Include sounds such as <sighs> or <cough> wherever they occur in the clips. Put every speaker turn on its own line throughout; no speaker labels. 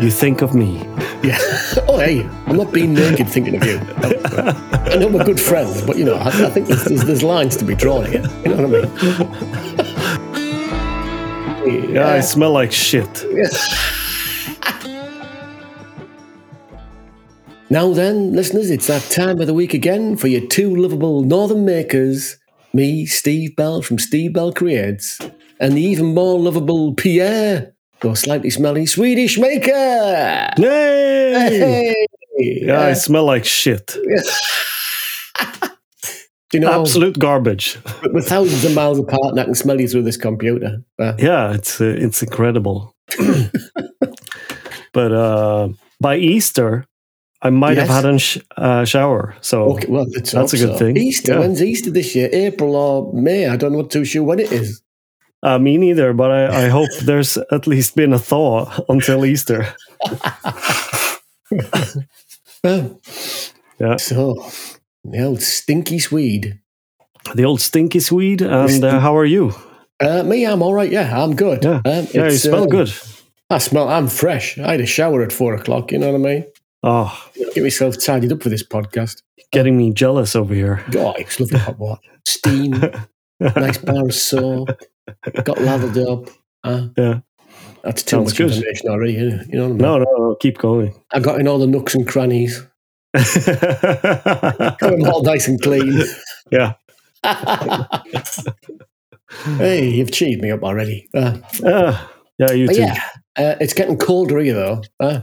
You think of me.
Yeah. <laughs> Oh, hey, I'm not being naked thinking of you. I know we're good friends, but you know, I, I think there's, there's, there's lines to be drawn here. You know what I mean?
<laughs> Yeah, I smell like shit.
<laughs> Now then, listeners, it's that time of the week again for your two lovable northern makers, me, Steve Bell from Steve Bell Creates, and the even more lovable Pierre, though slightly smelly Swedish maker. <laughs>
Yay!
Hey!
Yeah, I
<laughs>
smell like shit.
you know,
Absolute garbage.
we're thousands of miles apart and I can smell you through this computer. Uh,
Yeah, it's uh, it's
<coughs>
incredible. but uh, by Easter, I might
Yes.
have had a sh- uh, shower. So
okay, well, let's
That's
hope
a good
so.
thing.
Easter,
Yeah.
when's Easter this year? April or May? I don't know too sure when it is.
uh, me neither. But I, I hope there's at least been a thaw until Easter.
Oh.
Yeah.
So, the old stinky Swede.
The old stinky Swede. And uh, how are you?
Uh, me, I'm all right. Yeah, I'm good.
Yeah.
um,
Yeah, you
it's,
smell
um,
good.
I smell. I'm fresh. I had a shower at four o'clock. You know what I mean?
Oh,
Get myself tidied up for this podcast.
getting me jealous over here.
God, it's lovely hot water.
<laughs>
Steam. nice bar of soap. Got lathered up. Uh,
Yeah.
That's too
Sounds
much
good.
information already. You know, you know what I mean?
No, no, no. Keep going. <laughs>
I got in all the nooks and crannies. Got them all nice and clean.
<laughs>
<laughs>
yeah.
hey, you've cheated me up already. Uh,
Uh, yeah, you
but
too.
yeah, uh, it's getting colder here though. Uh,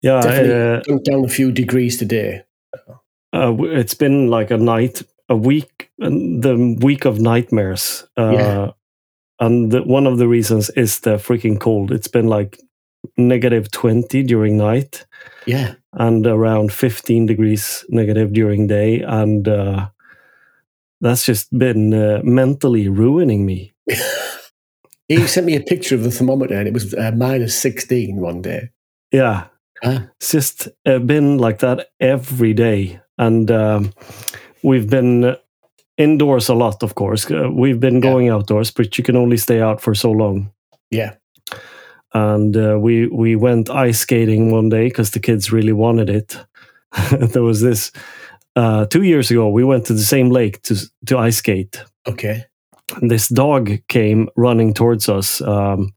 Yeah,
definitely
uh,
jumped down a few degrees today.
uh, w- it's been like a night, a week, and the week of nightmares. Uh,
Yeah.
And the, one of the reasons is the freaking cold. It's been like negative 20 during night
Yeah,
and around 15 degrees negative during day. And uh, that's just been uh, mentally ruining me.
he sent me a picture of the thermometer, and it was uh, minus sixteen one day.
Yeah.
Huh?
It's just uh, been like that every day. And um, we've been indoors a lot, of course. Uh, we've been
Yeah.
going outdoors, but you can only stay out for so long.
Yeah.
And uh, we, we went ice skating one day because the kids really wanted it. <laughs> there was this uh, two years ago, we went to the same lake to, to ice skate
Okay.
and this dog came running towards us um,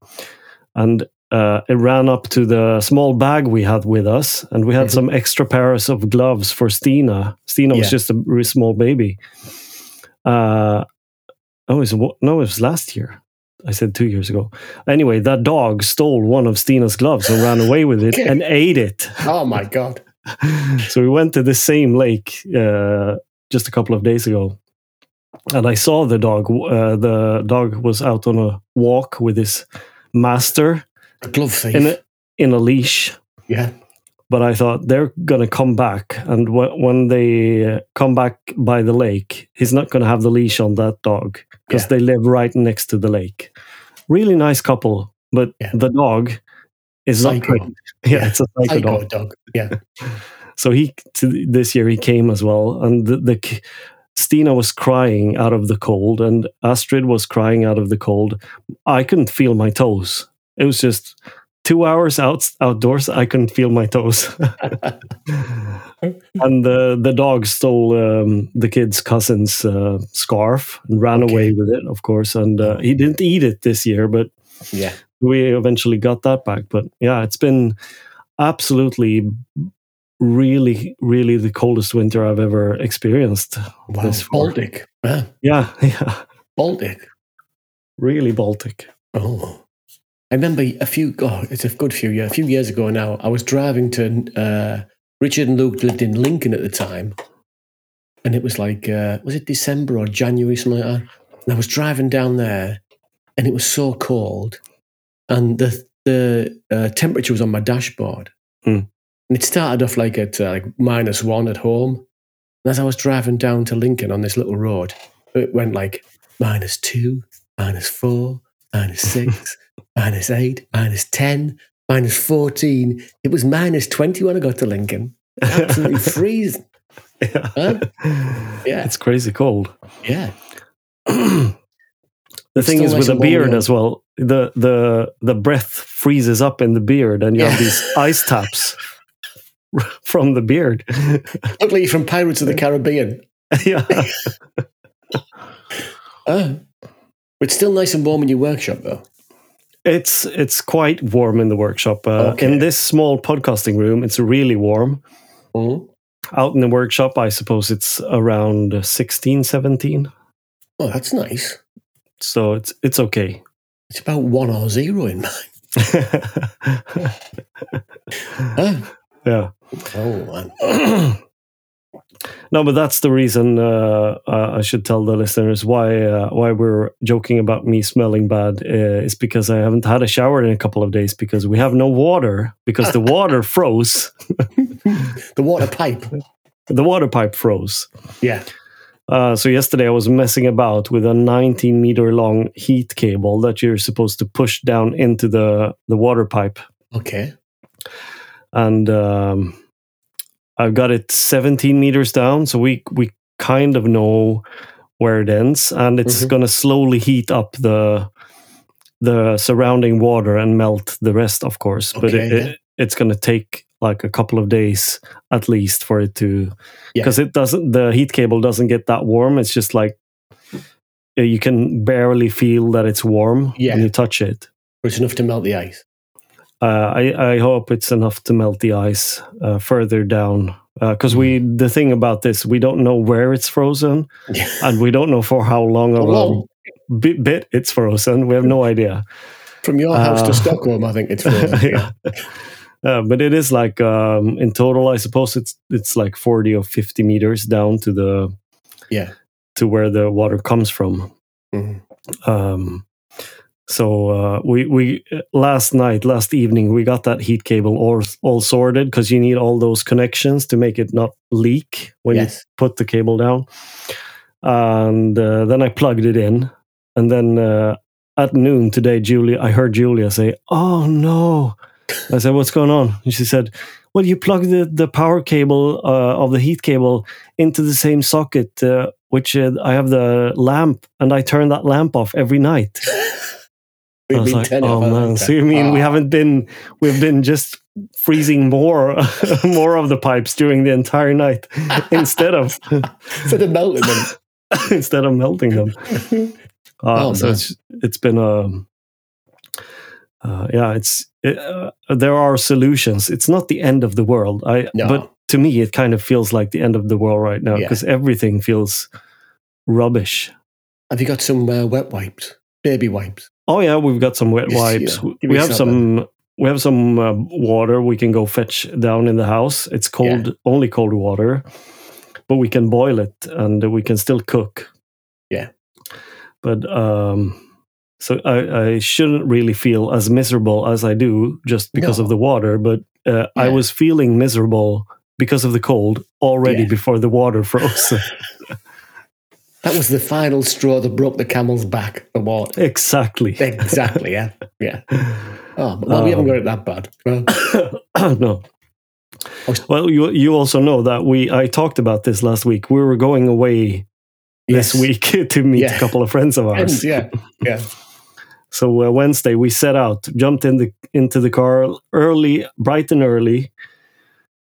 and uh, it ran up to the small bag we had with us and we had
Mhm.
some extra pairs of gloves for stina stina was
Yeah.
just a very small baby uh, oh it was, wa- no it was last year i said two years ago anyway that dog stole one of stina's gloves and ran away with it
<laughs> Okay.
and ate it
Oh my god.
<laughs> so we went to the same lake uh, just a couple of days ago, and I saw the dog. Uh, the dog was out on a walk with his master
A glove thief.
in a in a leash.
yeah.
But I thought they're gonna come back, and wh- when they uh, come back by the lake, he's not gonna have the leash on that dog because
Yeah.
they live right next to the lake. Really nice couple, but
Yeah.
the dog is not.
Psycho.
pretty. <laughs> Yeah,
Yeah.
it's a psycho,
I
dog
got a dog. Yeah.
so he to, this year he came as well and the, the k- stina was crying out of the cold and astrid was crying out of the cold i couldn't feel my toes it was just two hours out outdoors i couldn't feel my toes and the, the dog stole um, the kid's cousin's uh, scarf and ran
Okay.
away with it of course and uh, he didn't eat it this year but
Yeah.
we eventually got that back. But yeah, it's been absolutely, really, really the coldest winter I've ever experienced.
Wow.
This far.
Baltic. Huh?
Yeah, <laughs> yeah,
Baltic.
really Baltic.
Oh. I remember a few, oh, it's a good few years, a few years ago now, I was driving to, uh, Richard and Luke lived in Lincoln at the time. And it was like, uh, was it December or January, something like that? And I was driving down there and it was so cold. And the, the uh, temperature was on my dashboard.
Hmm.
And it started off like at uh, like minus one at home. And as I was driving down to Lincoln on this little road, it went like minus two, minus four, minus six, <laughs> minus eight, minus 10, minus 14. It was minus 20 when I got to Lincoln.
<laughs>
Absolutely freezing.
yeah.
Huh? Yeah.
it's crazy cold. <clears throat>
Yeah.
the thing
still
is
nice
with a
and warm,
beard
yeah.
as well. the the the breath freezes up in the beard, and you have
Yeah.
these ice
<laughs>
taps <laughs> from the beard. <laughs>
Luckily, you're from Pirates of the Caribbean.
yeah,
Uh, it's still nice and warm in your workshop, though.
it's it's quite warm in the workshop. Uh,
Okay.
In this small podcasting room, it's really warm. Mm-hmm.
Mm.
Out in the workshop, I suppose it's around 16, 17.
Oh, that's nice.
So it's it's okay.
It's about one or zero
<laughs>
in mine. Huh?
yeah.
Oh, man.
no, but that's the reason uh, uh, I should tell the listeners why uh, why we're joking about me smelling bad uh, is because I haven't had a shower in a couple of days because we have no water because the water froze,
The water pipe.
the water pipe froze.
Yeah.
Uh, so yesterday I was messing about with a 19 meter long heat cable that you're supposed to push down into the the water pipe,
Okay.
and um, I've got it 17 meters down, so we we kind of know where it ends, and it's
Mhm.
going to slowly heat up the the surrounding water and melt the rest, of course. but
Okay,
it, it- it's going to take like a couple of days at least for it to
Yeah.
because it doesn't the heat cable doesn't get that warm. It's just like uh, you can barely feel that it's warm
Yeah.
when you touch it.
But it's enough to melt the ice.
Uh, I, I hope it's enough to melt the ice uh, further down. Because we,
Mm.
the thing about this, we don't know where it's frozen,
<laughs> Yeah.
and we don't know for how long
How
of
long?
a bit, bit it's frozen. We have
<laughs>
no idea.
From your house
Uh,
to Stockholm, I
<laughs>
think it's frozen.
Yeah. Uh, but it is like um, in total, I suppose it's it's like forty or fifty meters down to the
Yeah.
to where the water comes from.
Mhm.
Um, so uh, we we last night, last evening, we got that heat cable all all sorted because you need all those connections to make it not leak when you
yes.
put the cable down. And uh, then I plugged it in, and then uh, at noon today, Julia, I heard Julia say, "Oh no!" I said, "What's going on?" And she said, "Well, you plugged the, the power cable uh, of the heat cable into the same socket, uh, which uh, I have the lamp, and I turn that lamp off every night." I
<laughs> We've
was
been
like,
10
oh
of us,
man!
haven't
So you mean
Ah.
we haven't been we've been just freezing more <laughs> more of the pipes during the entire
<laughs>
night instead of
For the melting them.
<laughs> instead of melting them. <laughs> Uh,
Oh,
so
man.
it's it's been a uh, yeah. It's it, uh, there are solutions. It's not the end of the world. I
No.
but to me it kind of feels like the end of the world right now
Yeah.
because everything feels rubbish.
Have you got some uh, wet wipes? Baby wipes?
Oh yeah, we've got some wet
Yes,
wipes.
yeah.
W-
Give
We
me
have
some,
some. We have some uh, water we can go fetch down in the house. It's cold, only cold water, but we can boil it and we can still cook.
Yeah.
But um, so I, I shouldn't really feel as miserable as I do just because
No.
of the water. But uh, I
Yeah.
was feeling miserable because of the cold already
Yeah.
before the water <laughs> froze.
That was the final straw that broke the camel's back. The water.
exactly.
Exactly,
<laughs>
yeah. Yeah. Oh, but- well, we haven't got it that bad. Well,
<coughs> no.
Oh, s-
Well, you you also know that we I talked about this last week. We were going away
yes.
this week <laughs> to meet a
Yeah.
couple of friends of ours.
Friends, yeah. Yeah.
So uh, Wednesday we set out, jumped in the into the car early, bright and early.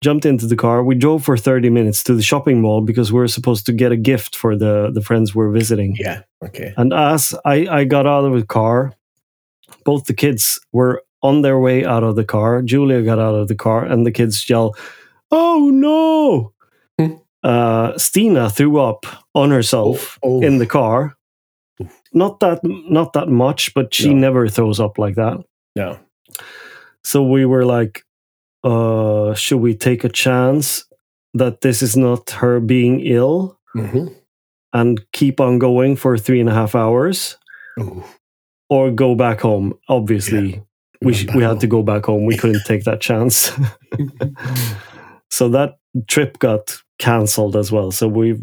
Jumped into the car. We drove for thirty minutes to the shopping mall because we were supposed to get a gift for the the friends we're visiting.
Yeah. Okay.
And as I, I got out of the car, both the kids were on their way out of the car. Julia got out of the car, and the kids yell, "Oh no!"
Hmm.
Uh, Stina threw up on herself
Oh, oh.
in the car. Not that not that much, but she
No.
never throws up like that.
No.
So we were like, uh, "Should we take a chance that this is not her being ill
hmm
and keep on going for three and a half hours?"
Oh,
or go back home. Obviously, we
Going
sh-
back
we had to
home.
go back home. We couldn't take that chance. <laughs> so that trip got cancelled as well. So we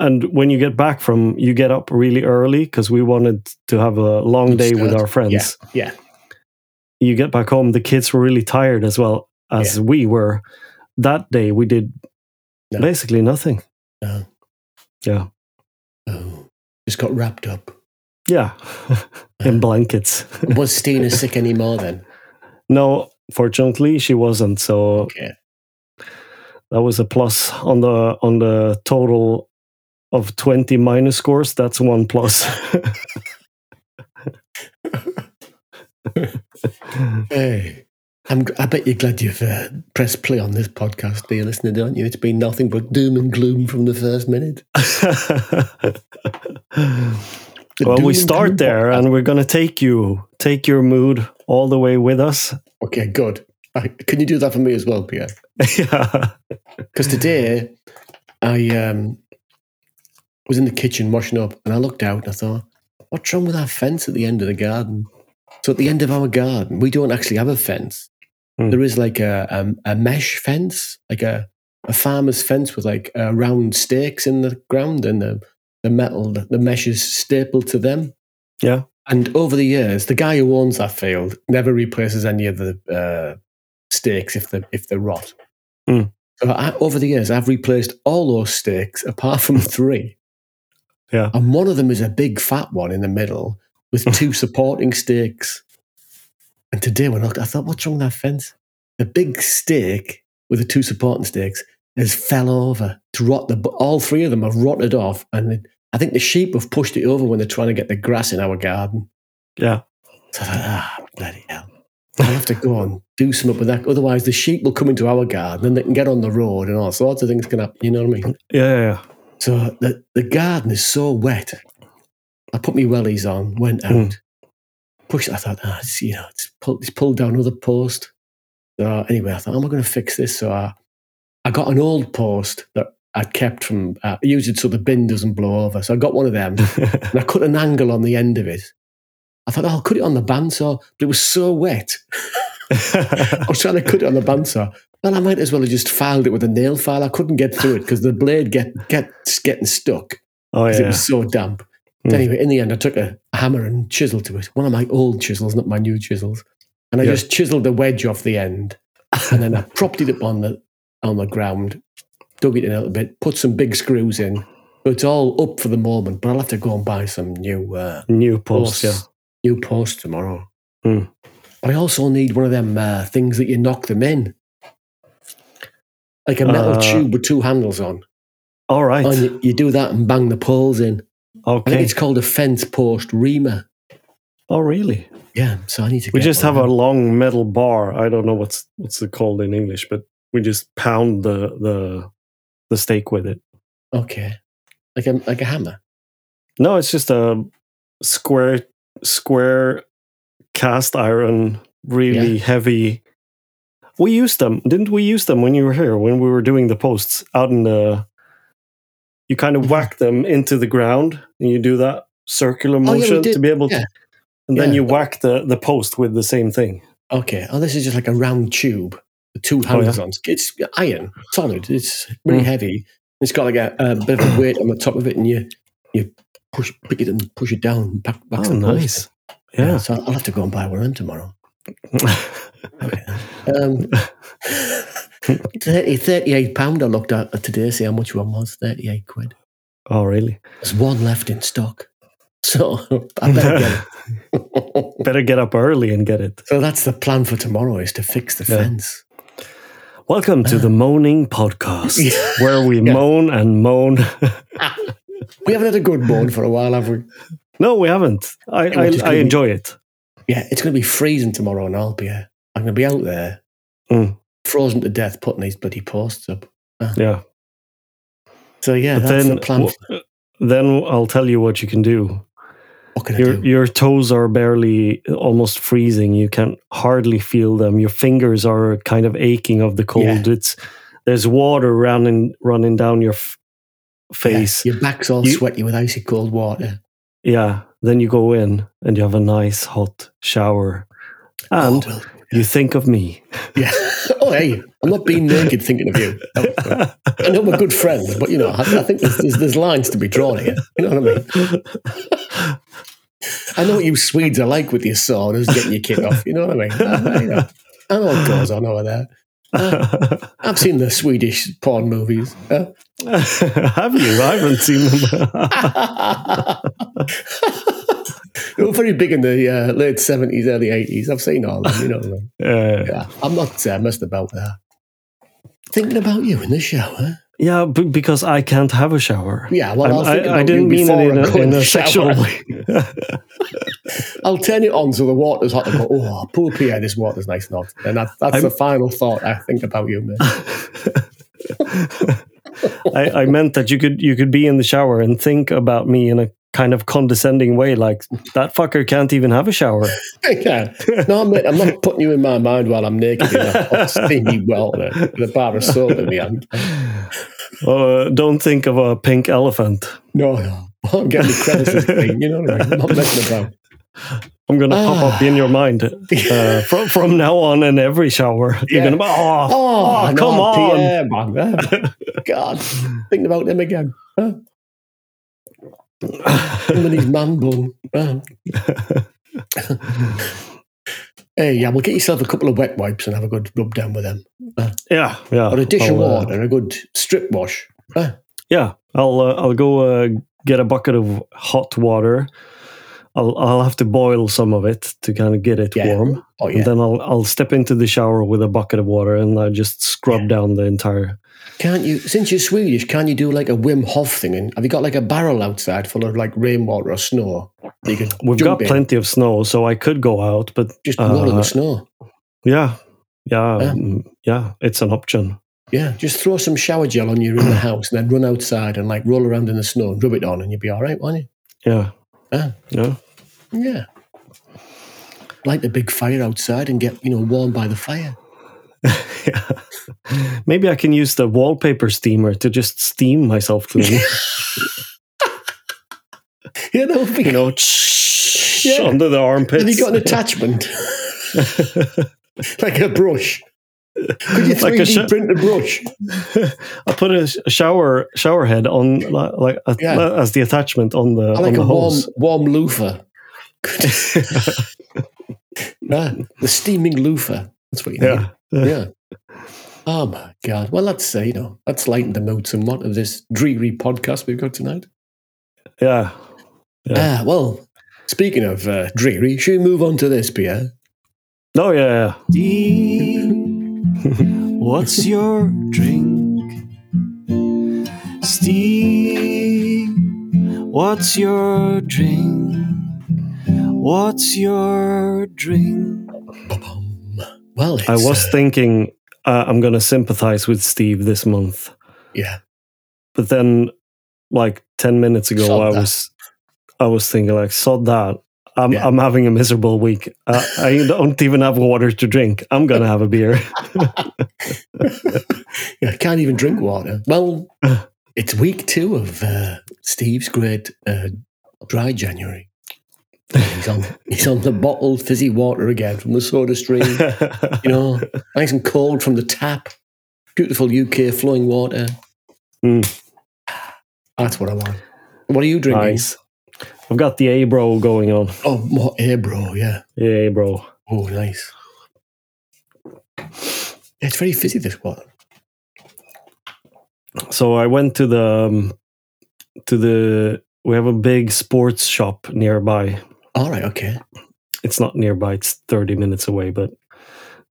and when you get back from you get up really early because we wanted to have a long
Good
day with
start.
our friends.
Yeah. Yeah.
You get back home. The kids were really tired as well as we were. That day we did
No.
basically nothing.
No.
Yeah.
Oh. Just got wrapped up.
Yeah, <laughs> in blankets.
Was
<laughs>
Stina sick anymore then?
No, fortunately, she wasn't. So
Okay.
that was a plus on the on the total of 20 minus scores that's one plus <laughs>
Hey. I'm, I bet you're glad you've uh, pressed play on this podcast, dear listener, don't you? It's been nothing but doom and gloom from the first minute. The
well we
doom and gloom
start there
podcast.
and we're going to take you take your mood all the way with us <laughs>
Okay, good. I, can you do that for me as well, Pierre?
yeah
Because today I um, was in the kitchen washing up and I looked out and I thought, what's wrong with our fence at the end of the garden? So at the end of our garden, we don't actually have a fence.
Hmm.
There is like a, um, a mesh fence, like a, a farmer's fence with like uh, round stakes in the ground and the, the metal, the mesh is stapled to them.
Yeah.
And over the years, the guy who owns that field never replaces any of the uh, stakes if they if they rot. So I, over the years, I've replaced all those stakes apart
<laughs>
from three.
Yeah.
And one of them is a big fat one in the middle with
<laughs>
two supporting stakes. And today when I looked, I thought, what's wrong with that fence? The big stake with the two supporting stakes has fell over. It's rot. The, all three of them have rotted off. And it- I think the sheep have pushed it over when they're trying to get the grass in our garden.
yeah
So I thought, ah, bloody hell. I'll have to go and do something with that. Otherwise, the sheep will come into our garden and they can get on the road and all sorts of things can happen. You know what I mean?
yeah yeah, yeah.
So the, the garden is so wet. I put my wellies on, went out,
Mm.
pushed. I thought, ah, it's, you know, it's pulled, it's pulled down another post. So anyway, I thought, how am I going to fix this? So I, I got an old post that I'd kept from, uh, I used it so the bin doesn't blow over. So I got one of them and I cut an angle on the end of it. I thought, oh, I'll cut it on the bandsaw, but it was so wet. I was trying to cut it on the bandsaw. Well, I might as well have just filed it with a nail file. I couldn't get through it because the blade get get getting stuck
<laughs> oh
because it
yeah
was so damp.
Hmm.
Anyway, in the end, I took a hammer and chisel to it. One of my old chisels, not my new chisels, and I
Yeah.
just chiseled the wedge off the end, and then I <laughs> propped it up on the on the ground, dug it in a little bit, put some big screws in. So it's all up for the moment, but I'll have to go and buy some new uh,
new post yeah
New post tomorrow.
Hmm.
I also need one of them uh, things that you knock them in. Like a metal
Uh,
tube with two handles on.
all right
And you, you do that and bang the poles in. I think
okay
it's called a fence post reamer.
oh really
Yeah, so I need to
we
get
just
one
have
of
a
them.
long metal bar i don't know what's what's it called in english but we just pound the the the steak with it
Okay. Like a, like a hammer.
no it's just a square square cast iron really heavy we used them didn't we use them when you were here when we were doing the posts out in the you kind
Mm-hmm.
of whack them into the ground and you do that circular
Oh, yeah, we
motion to
did.
be able
Yeah.
to and then
Yeah.
you whack the the post with the same thing
Okay. Oh, this is just like a round tube with two handles on. It's iron, solid. It's really
Oh, Hmm.
heavy. It's got like a, a bit of weight on the top of it, and you you push pick it and push it down. Back, back
oh
the post.
nice yeah
So I'll have to go and buy one of them tomorrow. Um, <laughs> 30, 38 pound I looked at today, see how much one was, 38 quid.
<laughs> oh, really?
There's one left in stock. <laughs> So I better get
<laughs>
it.
Better get up early and get it.
so that's the plan for tomorrow is to fix the
Yeah.
fence.
Welcome to the Moaning Podcast, where we
Uh. <laughs> Yeah.
moan and moan.
We haven't had a good moan for a while, have we?
no, we haven't. I,
we're
I,
just
I
gonna-
enjoy it.
Yeah, it's going to be freezing tomorrow in Albia. I'm going to be out there
Mm.
frozen to death putting these bloody posts up.
Yeah.
So yeah,
but
that's
then,
the plan. for
w- then I'll tell you what you can do.
what can I
Your,
do?
your toes are barely almost freezing. You can hardly feel them. Your fingers are kind of aching of the cold. It's There's water running, running down your f-
Yeah,
face.
your back's all
You-
sweaty with icy cold water.
Yeah. Then you go in and you have a nice hot shower. And
Oh, well,
you think of me. <laughs>
Yeah. <laughs> Oh, hey, I'm not being naked thinking of you. I know we're good friends, but you know, I, I think there's, there's, there's lines to be drawn here. You know what I mean? I know what you Swedes are like with your saunas, getting your kid off. You know what I mean? I, you know, I know what goes on over there. I've seen the Swedish porn movies. Uh,
<laughs> Uh, have you? I haven't seen them.
They were very big in the uh, late 70s, early 80s. I've seen all of them, you know. what I mean?
Uh,
Yeah, I'm not uh, messed about that. Thinking about you in the shower.
yeah, b- because I can't have a shower.
Yeah, well, I'll
I'm-
think
I- I
about you
didn't mean it
before
in
I
a-
go
in
the
a
shower.
<laughs> sexual way.
I'll turn it on so the water's hot. I go, oh, poor Pierre, this water's nice and hot. And that, that's
I'm-
the final thought I think about you,
<laughs>
man.
I, I meant that you could you could be in the shower and think about me in a kind of condescending way, like that fucker can't even have a shower.
yeah. No, mate, I'm not putting you in my mind while I'm naked
<laughs>
in a hot, steamy welter with a bar of soap in my hand.
Uh, don't think of a pink elephant.
No, no. I'm getting the crevices clean, you know what I mean? I'm not messing about.
I'm gonna pop up in your mind
<sighs>
uh, from from now on in every shower. You're
Yeah.
gonna be, oh,
Oh,
oh,
no,
come on.
Pierre, man. Ah, God, thinking about them again. Ah, him and his man bun. Ah. hey, yeah, well, get yourself a couple of wet wipes and have a good rub down with them.
<laughs> yeah, yeah.
Or a dish of
I'll, uh,
water, a good strip wash.
Yeah, I'll uh, I'll go uh, get a bucket of hot water. I'll I'll have to boil some of it to kind of get it
Yeah.
warm.
Oh,
And
yeah.
then I'll I'll step into the shower with a bucket of water and I just scrub down the entire.
Can't you, since you're Swedish, can you do like a Wim Hof thing? And have you got like a barrel outside full of like rainwater or snow? that You could
We've
jump
got
in,
plenty of snow, so I could go out, but
Just roll in
uh,
the snow.
yeah, yeah,
Yeah.
mm, yeah, it's an option.
Yeah, just throw some shower gel on you in
<clears throat>
the house and then run outside and like roll around in the snow and rub it on and you'll be all right, won't
Yeah,
Yeah.
yeah,
you? Yeah. Light the big fire outside and get, you know, warm by the fire.
yeah. Maybe I can use the wallpaper steamer to just steam myself
<laughs>
clean.
You
<laughs>
know,
you
because
know,
<laughs>
<laughs>
Yeah.
under the armpits.
have you
<laughs>
got an attachment? like a brush. Could you 3D
Like a sho-
print a brush?
I put a, sh- a shower shower head on li- like a,
Yeah.
as the attachment on the
I
on
like
the
a warm,
hose.
warm loofah.
<laughs>
Ah, the steaming loofah. That's what you need.
Yeah.
yeah. Oh my God. Well, that's uh, you know that's lightened the mood somewhat of this dreary podcast we've got tonight.
Yeah. Yeah.
Ah, well, speaking of uh, dreary, should we move on to this, Pierre?
No, Oh, yeah,
What's your drink? Steve, what's your drink? What's your drink?
Well, it's,
I was
uh,
thinking uh, I'm going to sympathize with Steve this month.
yeah.
But then like 10 minutes ago
Sod
I
that.
was I was thinking like sod that. I'm
Yeah.
I'm having a miserable week. Uh, I don't even have water to drink. I'm going to have a beer.
yeah, I can't even drink water. Well, it's week two of uh, Steve's great uh, dry January. He's on, he's on the bottled fizzy water again from the soda stream. you know, nice and cold from the tap. Beautiful UK flowing water.
Mm.
That's what I want. What are you <laughs> drinking?
<laughs> nice. I've got the Abro going on.
Oh, more air, bro. Yeah.
Yeah, bro.
Oh, nice. Yeah, it's very fizzy, this water.
So I went to the um, to the we have a big sports shop nearby.
All right. Okay.
it's not nearby it's 30 minutes away but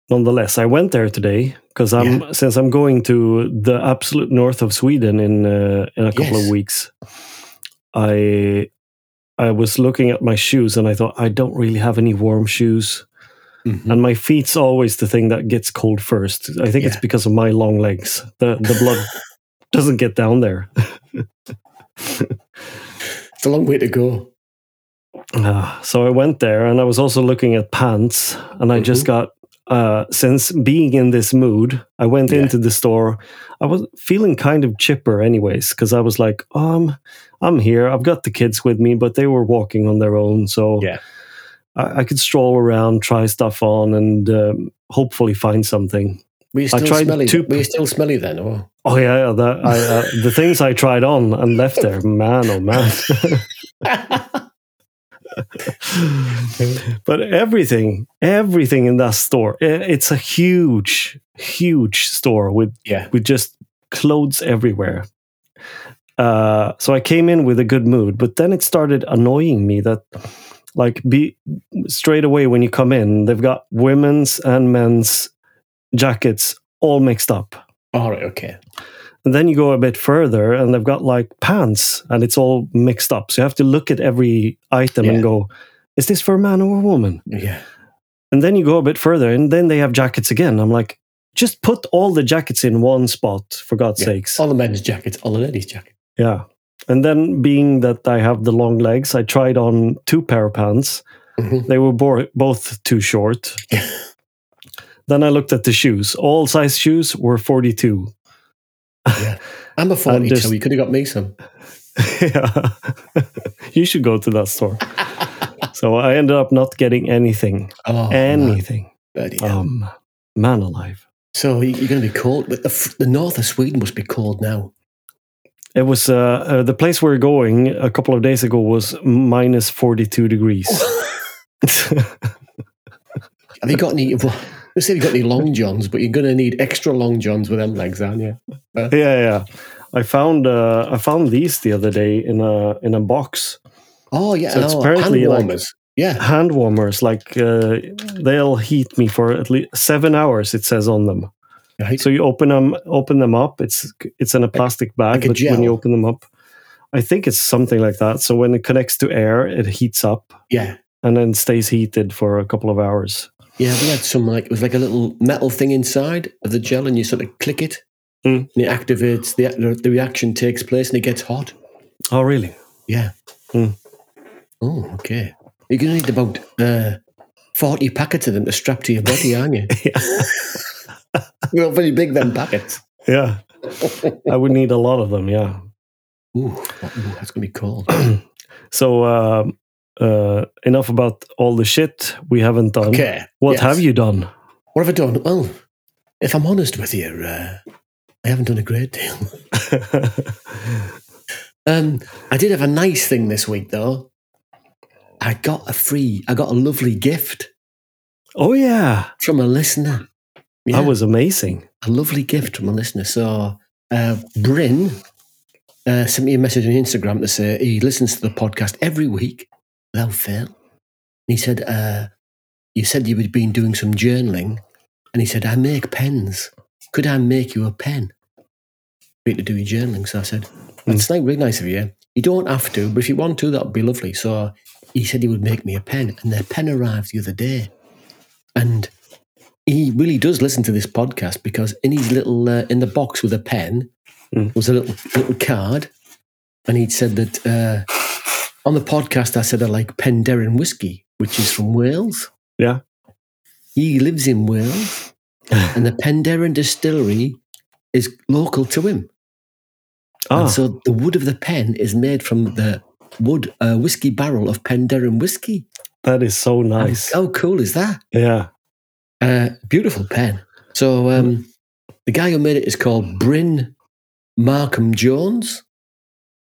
nonetheless i went there today because i'm since i'm going to the absolute north of sweden in uh, in a couple
Yes.
of weeks i i was looking at my shoes and i thought i don't really have any warm shoes
Mhm.
and my feet's always the thing that gets cold first i think it's
Yeah.
because of my long legs the the
<laughs>
blood doesn't get down there
It's a long way to go.
Uh, so I went there and I was also looking at pants and I
Mm-hmm.
just got uh since being in this mood, I went
Yeah.
into the store. I was feeling kind of chipper anyways because I was like, um I'm here. I've got the kids with me, but they were walking on their own, so
Yeah.
I, I could stroll around, try stuff on and um, hopefully find something.
Were you
I
still
tried
smelly?
two-
Were you still smelly then? Or? <laughs>
Oh yeah, yeah, that I, uh, the things I tried on and left there, man, oh man. <laughs> <laughs> but everything, everything in that store, i- it's a huge, huge store with
Yeah.
with just clothes everywhere. Uh, so I came in with a good mood, but then it started annoying me that like be straight away when you come in they've got women's and men's jackets all mixed up
All right, okay.
and then you go a bit further and they've got like pants and it's all mixed up so you have to look at every item
Yeah.
and go is this for a man or a woman
Yeah.
and then you go a bit further and then they have jackets again i'm like just put all the jackets in one spot for god's
Yeah.
sakes
All the men's jackets, all the ladies' jackets.
Yeah. And then being that I have the long legs, I tried on two pair of pants.
Mhm.
They were bo- both too
<laughs>
short. then I looked at the shoes. All size shoes were 42.
I'm a 40,
just-
so you could have got me some.
yeah. <laughs> you should go to that
<laughs>
store. so I ended up not getting anything.
Oh, man,
anything.
bloody hell.
Um, man alive.
So you- you're going to be cold. But the, f- the north of Sweden must be cold now.
It was uh, uh, the place we're going a couple of days ago was minus 42
<laughs>
degrees. <laughs>
Have you got any? <laughs> Well, you said you got any long johns, but you're going to need extra long johns with them legs, aren't you?
yeah yeah i found uh i found these the other day in a in a box
Oh yeah,
So it's
no,
apparently
hand
like-
warmers. yeah,
hand warmers like uh, they'll heat me for at least seven hours it says on them
right.
so you open them open them up it's it's in a plastic bag
like a
but when you
gel.
open them up i think it's something like that so when it connects to air it heats up
yeah,
and then stays heated for a couple of hours
yeah. We had some like it was like a little metal thing inside of the gel, and you sort of click it,
Mm.
and it activates the the reaction takes place, and it gets hot.
oh really
Yeah.
Mm.
Oh, okay. You're going to need about uh, 40 packets of them to strap to your body, aren't you?
Yeah.
<laughs> You're not very big, them packets.
yeah i would need a lot of them yeah
Ooh, ooh, that's going to be cold. Um,
so uh, uh, enough about all the shit we haven't done
Okay.
What
yes.
have you
<laughs>
done?
What have I done? Well, if I'm honest with you, uh, I haven't done a great deal. Um, I did have a nice thing this week, though. I got a free, I got a lovely gift
oh yeah.
from a listener. Yeah.
that was amazing.
a lovely gift from a listener. So, uh, Bryn uh, sent me a message on Instagram to say he listens to the podcast every week without fail. And he said, uh, You said you had been doing some journaling. And he said, I make pens. Could I make you a pen for you to do your journaling? So I said, That's like really nice of you. You don't have to, but if you want to, that would be lovely. So he said he would make me a pen. And the pen arrived the other day. And he really does listen to this podcast because in his little uh, in the box with a pen
Mm.
was a little little card, and he'd said that uh, on the podcast I said I like Penderyn whiskey, which is from Wales.
Yeah.
he lives
<laughs>
in Wales, and the Penderyn distillery is local to him.
Ah,
And so the wood of the pen is made from the wood uh, whiskey barrel of Penderyn whiskey.
that is so
And
nice.
How cool is that?
Yeah.
Uh, beautiful pen. So um, the guy who made it is called Bryn Markham Jones.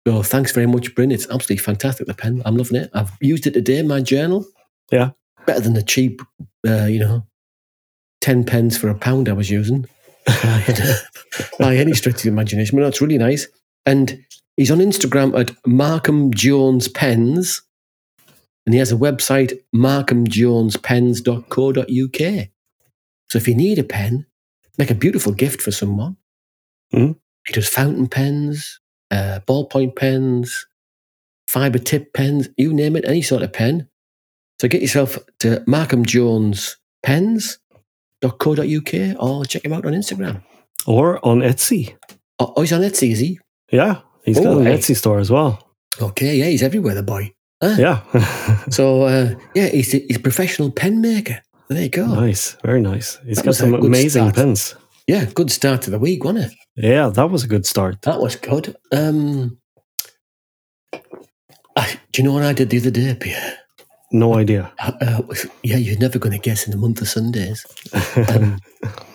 So thanks very much, Bryn. It's absolutely fantastic. The pen, I'm loving it. I've used it today in my journal.
Yeah.
better than the cheap, uh, you know, ten pens for a pound I was using by, by any stretch of the imagination. But no, it's really nice. And he's on Instagram at Markham Jones Pens. And he has a website, markhamjonespens.co.uk. So if you need a pen, make a beautiful gift for someone.
Mhm.
He does fountain pens, uh, ballpoint pens, fiber tip pens, you name it, any sort of pen. So get yourself to markhamjonespens.co.uk or check him out on Instagram.
Or on Etsy.
Oh, oh, he's on Etsy, is he?
Yeah. he's got
Oh,
an
hey.
Etsy store as well.
Okay, yeah, he's everywhere, the boy.
Yeah. <laughs>
So uh, yeah, he's, he's a professional pen maker. There you go.
nice. Very nice. He's
That
got
was a
some
good
amazing
start.
pens.
Yeah, good start to the week, wasn't it?
Yeah, that was a good start.
That was good. Um, I, do you know what I did the other day, Pierre?
No idea.
Uh, uh, yeah, you're never going to guess in the month of Sundays. Um,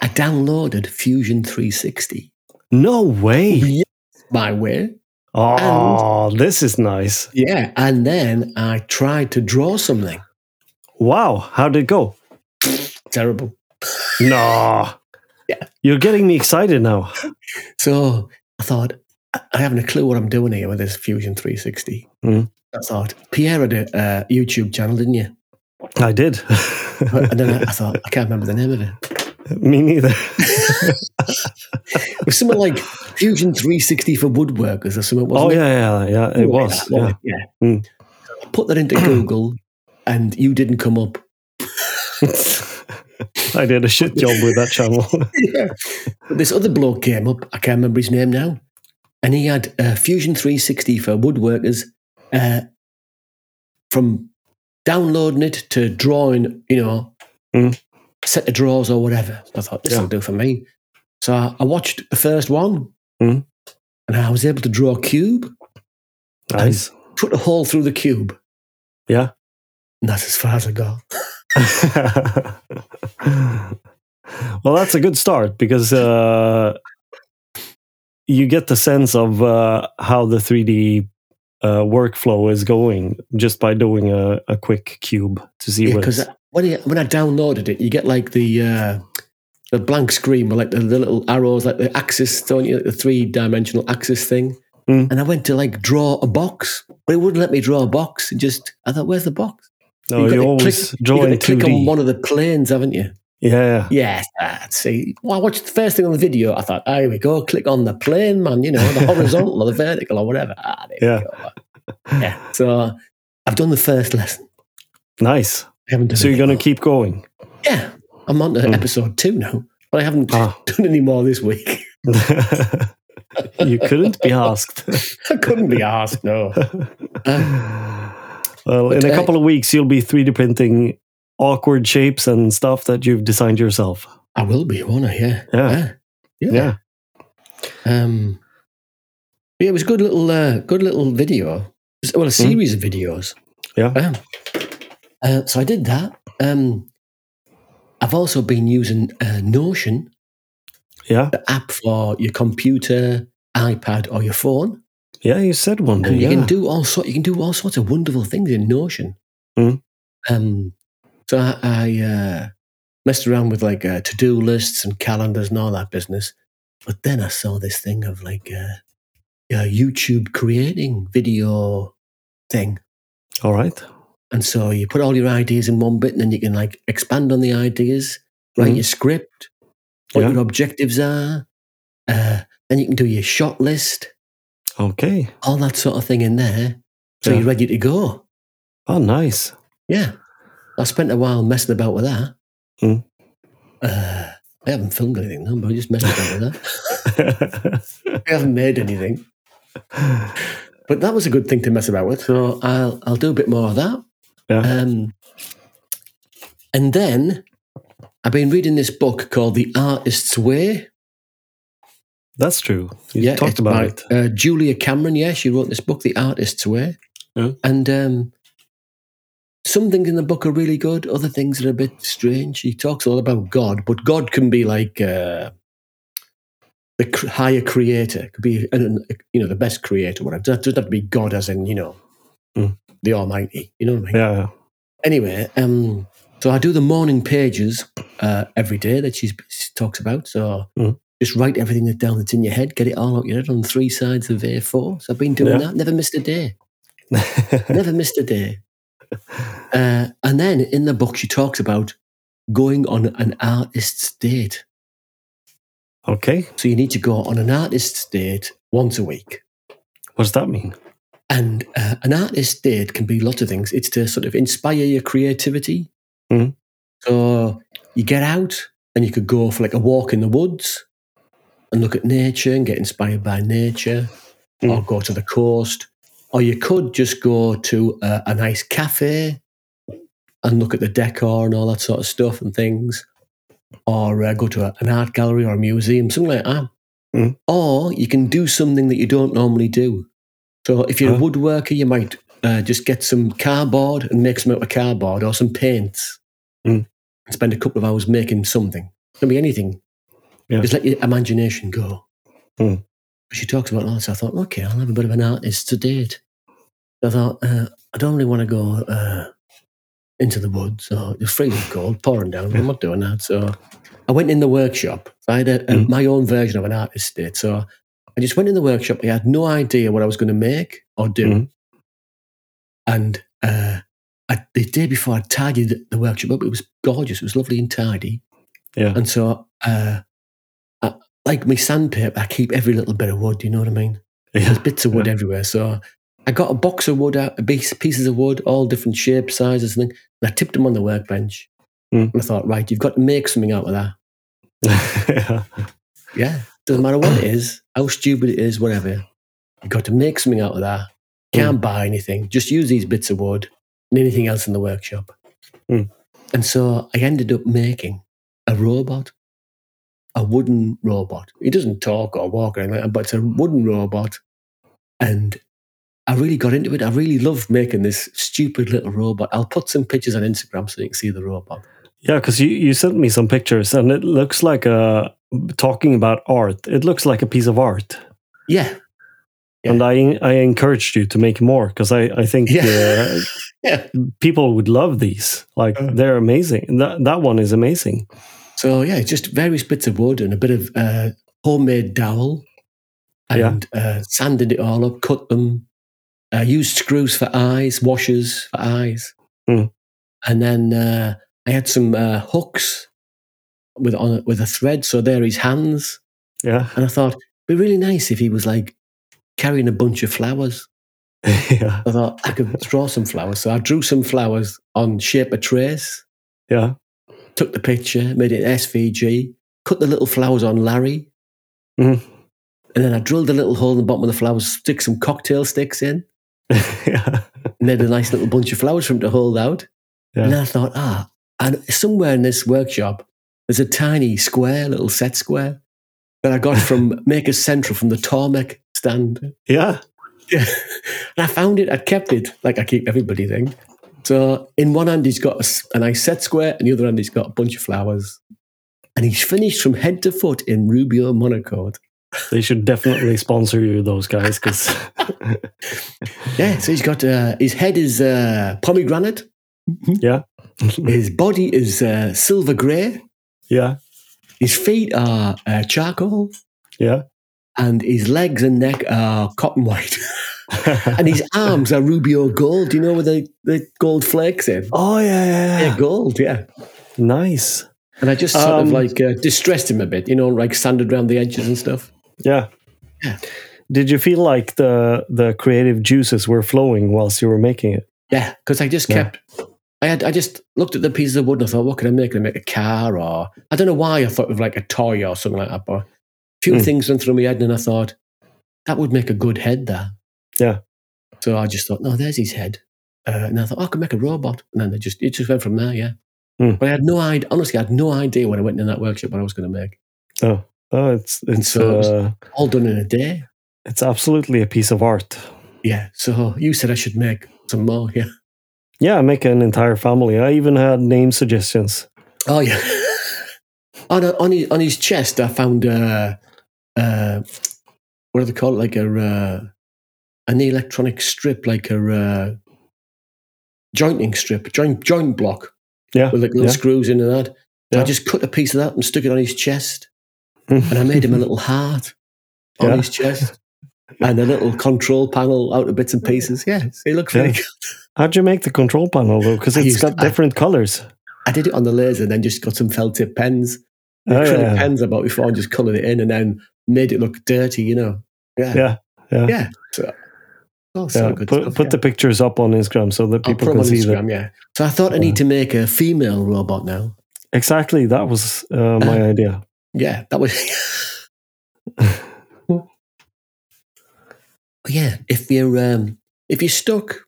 I downloaded Fusion 360.
<laughs> no way.
Yeah. My way.
Oh, this is nice.
Yeah. And then I tried to draw something.
Wow. How did it go?
Terrible.
No.
Yeah.
You're getting me excited now.
So I thought, I I haven't a clue what I'm doing here with this Fusion 360.
Mm.
That's odd. Pierre had a uh, YouTube channel, didn't you?
I did. <laughs>
And then I, I thought, I can't remember the name of it.
Me neither.
It was something like Fusion 360 for woodworkers or something,
oh
wasn't it?
yeah, yeah, yeah. It was. Yeah.
yeah.
Mm.
I put
<clears throat>
that into Google and you didn't come up.
<laughs> I did a shit job with that
<laughs>
channel.
yeah. But this other bloke came up, I can't remember his name now, and he had uh, Fusion 360 for woodworkers uh, from downloading it to drawing, you know,
Mm.
set of drawers or whatever. I thought, this will
Yeah.
do for me. So I, I watched the first one
Mm.
and I was able to draw a cube,
nice.
put a hole through the cube.
Yeah.
And that's as far as I got.
<laughs> well, that's a good start because uh, you get the sense of uh, how the 3D uh, workflow is going just by doing a, a quick cube to see
Yeah, uh,
what.
because when I, when I downloaded it, you get like the uh, the blank screen with like the, the little arrows, like the axis, don't you? The three dimensional axis thing.
Mm.
And I went to like draw a box, but it wouldn't let me draw a box. It just I thought, where's the box?
no,
you've got
you're
to
always
you
drawing
got to click
2D.
on one of the planes, haven't you?
yeah.
Yes, that's see. Well, I watched the first thing on the video. I thought, ah, here we go. Click on the plane, man. You know, the horizontal or the vertical or whatever. Ah, there
Yeah.
we go. Yeah. So I've done the first lesson.
Nice.
I haven't done
So you're
any
going to
more.
keep going.
Yeah, I'm on to
Hmm.
episode two now, but I haven't
Ah.
<laughs>
<laughs>
done any more this week. <laughs>
you couldn't be asked. <laughs>
I couldn't be asked. No,
well, in
but,
a
uh,
couple of weeks, you'll be 3D printing awkward shapes and stuff that you've designed yourself.
I will be, won't I? Yeah,
Yeah.
Ah, yeah.
Yeah.
Um, yeah, it was a good little, uh, good little video. It was- Well, a series of videos.
Hmm. Yeah.
Um, uh, so I did that. Um, I've also been using uh, Notion,
Yeah.
the app for your computer, iPad, or your phone.
Yeah. You said one day.
and you
Oh, Yeah.
can do all sort. You can do all sorts of wonderful things in Notion.
Mm.
Um, so I, I uh, messed around with like uh, to do lists and calendars and all that business, but then I saw this thing of like uh, uh, YouTube creating video thing,
All right.
and so you put all your ideas in one bit, and then you can like expand on the ideas, write
Mhm.
your script, what
Yeah.
your objectives are, uh, then you can do your shot list,
Okay.
all that sort of thing in there. So
Yeah.
you're ready to go.
Oh, nice. <laughs>
Yeah. I spent a while messing about with that.
Hmm.
Uh, I haven't filmed anything, though, but I just messed about with that. I haven't made anything. But that was a good thing to mess about with. So I'll, I'll do a bit more of that.
Yeah.
Um, and then I've been reading this book called The Artist's Way.
That's true. You talked
it's
about
by,
it.
Uh, Julia Cameron, yeah, she wrote this book, The Artist's Way.
Yeah.
And um, some things in the book are really good, other things are a bit strange. She talks a lot about God, but God can be like uh, the cr- higher creator, could be, an, an- you know, the best creator, whatever. It doesn't have to be God as in, you know,
Mm.
the Almighty. You know what I mean?
Yeah.
anyway, um, so I do the morning pages uh, every day that she's, she talks about. So
Mhm.
just write everything that's down that's in your head, get it all out your head on three sides of A4. So I've been doing
Yeah.
that, never missed a day, never missed a day. Uh, and then in the book, she talks about going on an artist's date.
<laughs> okay.
So you need to go on an artist's date once a week.
What does that mean? <laughs>
And uh, an artist date can be lots of things. It's to sort of inspire your creativity.
Mhm.
So you get out and you could go for like a walk in the woods and look at nature and get inspired by nature, or go to the coast, or you could just go to a, a nice cafe and look at the decor and all that sort of stuff and things, or uh, go to a- an art gallery or a museum, something like that.
Mhm.
Or you can do something that you don't normally do. So if you're a woodworker, you might uh, just get some cardboard and make some out of cardboard or some paints
Mm.
and spend a couple of hours making something. It can be anything.
Yeah.
Just let your imagination go.
Mm.
She talks about that. So I thought, okay, I'll have a bit of an artist to date. I thought, uh, I don't really want to go uh, into the woods. So it's freezing cold, pouring down. I'm not doing that. So I went in the workshop. I had a, a-
Mm.
my own version of an artist
Mm-hmm.
date. So I just went in the workshop. I had no idea what I was going to make or do.
Mm.
And uh, I, the day before, I tidied the workshop up. It was gorgeous. It was lovely and tidy.
Yeah.
And so, uh, I, like my sandpaper, I keep every little bit of wood. You know what I mean?
Yeah.
There's bits of wood everywhere. So I got a box of wood out, piece- pieces of wood, all different shapes, sizes, and thing. And I tipped them on the workbench.
Mm.
And I thought, right, you've got to make something out of that.
yeah.
Yeah. Doesn't matter <clears throat> what it is, how stupid it is, whatever. You've got to make something out of that. Can't buy anything. Just use these bits of wood and anything else in the workshop.
Mm.
And so I ended up making a robot, a wooden robot. He doesn't talk or walk or anything like that, but it's a wooden robot. And I really got into it. I really loved making this stupid little robot. I'll put some pictures on Instagram so you can see the robot.
Yeah, because you, you sent me some pictures and it looks like a talking about art. It looks like a piece of art.
Yeah. Yeah.
And I I encouraged you to make more because I, I think
Yeah.
uh,
<laughs> Yeah.
people would love these. Like
Uh.
they're amazing. And That that one is amazing.
So yeah, just various bits of wood and a bit of uh, homemade dowel, and uh, sanded it all up, cut them, uh, used screws for eyes, washers for eyes,
Hmm.
and then uh, I had some uh, hooks with on a- with a thread. So there his hands,
Yeah. <laughs>
and I thought it'd be really nice if he was like carrying a bunch of flowers.
yeah.
I thought I could draw some flowers, so I drew some flowers on shape of trace
Yeah.
took the picture, made it an SVG, cut the little flowers on Larry,
Mhm.
and then I drilled a little hole in the bottom of the flowers, stick some cocktail sticks in,
yeah. <laughs>
and made a nice little bunch of flowers for him to hold out.
Yeah.
And then I thought, ah, and somewhere in this workshop, there's a tiny square, little set square that I got from Maker Central from the Tormek stand.
Yeah.
Yeah. and I found it, I kept it, like I keep everybody thing. So in one hand he's got a, s- a nice set square, and the other hand he's got a bunch of flowers. And he's finished from head to foot in Rubio monochord.
They should definitely sponsor you, those guys, because
Yeah, so he's got uh, his head is uh, pomegranate,
Mm-hmm. yeah.
<laughs> his body is uh, silver grey,
<laughs> yeah.
his feet are uh, charcoal,
Yeah. <laughs>
and his legs and neck are cotton white, <laughs> and his arms are Rubio gold. You know with the, the gold flakes in?
oh yeah, yeah,
Yeah,
yeah.
gold. Yeah.
Nice.
And I just sort
Um,
of like uh, distressed him a bit, you know, like sanded around the edges and stuff.
Yeah.
Yeah.
Did you feel like the the creative juices were flowing whilst you were making it?
Yeah, because I just
Yeah.
kept. I had I just looked at the pieces of wood and I thought, what can I make? Can I make a car or I don't know why I thought of like a toy or something like that. But a few
Hmm.
things went through my head and I thought that would make a good head. There.
Yeah.
So I just thought, no, there's his head. Uh, and I thought, oh, I could make a robot. And then it just it just went from there. Yeah.
Hmm.
But I had no idea. Honestly, I had no idea when I went in that workshop what I was going to make.
Oh, oh it's it's
so it was-
uh,
All done in a day.
it's absolutely a piece of art.
Yeah. So you said I should make some more. Yeah.
Yeah, make an entire family. I even had name suggestions. <laughs>
Oh yeah. <laughs> on a, on his on his chest, I found uh, uh, what do they call it? Like a uh, an electronic strip, like a uh, jointing strip, joint joint block
Yeah,
with like little
yeah.
screws in and that.
Yeah.
I just cut a piece of that and stuck it on his chest, and
<laughs>
I made him a little heart on
Yeah.
his chest. And a little control panel out of bits and pieces. Yeah, so he looks
Yeah.
really good.
How'd you make the control panel though? Because
I
it's
used-
got
I-
different colors.
I did it on the laser and then just got some felt tip pens the
Oh,
acrylic
yeah.
pens I bought before and just coloured it in and then made it look dirty, you know. Yeah.
Yeah, yeah.
So, oh, so
Yeah,
good
put
stuff,
put
yeah.
the pictures up on Instagram so that
I'll put
people
'em
can
on
see them.
Instagram, yeah. So I thought I need to make a female robot now.
Exactly, that was uh,
<coughs>
my idea.
Yeah, that <laughs> was. yeah, if you're um, if you're stuck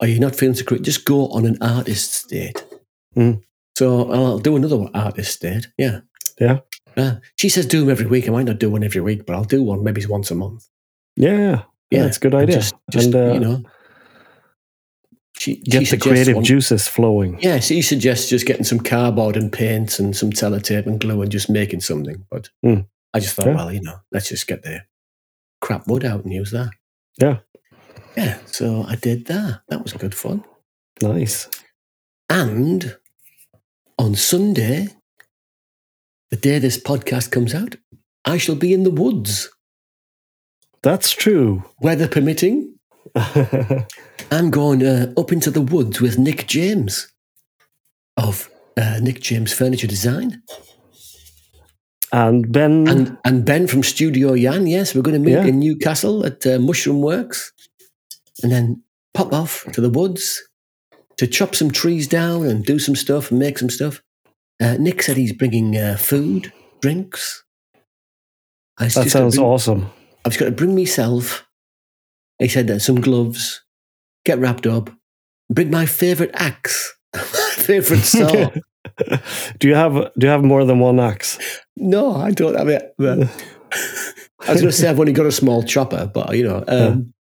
or you're not feeling so great, just go on an artist's date.
Mm.
So I'll do another one, artist's date. Yeah.
Yeah.
Uh, she says do them every week. I might not do one every week, but I'll do one maybe once a month.
Yeah, yeah, yeah,
Yeah,
it's a good
And
idea.
Just, just,
and uh,
you know, she,
get the
suggests
creative
one-
juices flowing.
Yeah, she suggests just getting some cardboard and paint and some teletape and glue and just making something. But
Hmm.
I just thought,
Yeah.
well, you know, let's just get the crap wood out and use that.
Yeah.
Yeah. So I did that. That was good fun.
Nice.
And on Sunday, the day this podcast comes out, I shall be in the woods,
That's true. <laughs>
weather permitting. I'm going uh, up into the woods with Nick James of uh, Nick James Furniture Design
and Ben,
and and Ben from Studio Yan. Yes, we're going to meet
Mm. Yeah.
in Newcastle at uh, Mushroom Works, and then pop off to the woods to chop some trees down and do some stuff and make some stuff. Uh, Nick said he's bringing uh, food, drinks. I
that
just gotta
sounds
bring-
awesome.
I've just got to bring myself. He said that some gloves, get wrapped up, bring my favorite axe, <laughs>
<laughs>
my favorite saw.
do you have do you have more than one axe?
no, I don't have it. But- I was going to say I've only got a small chopper, but you know, um,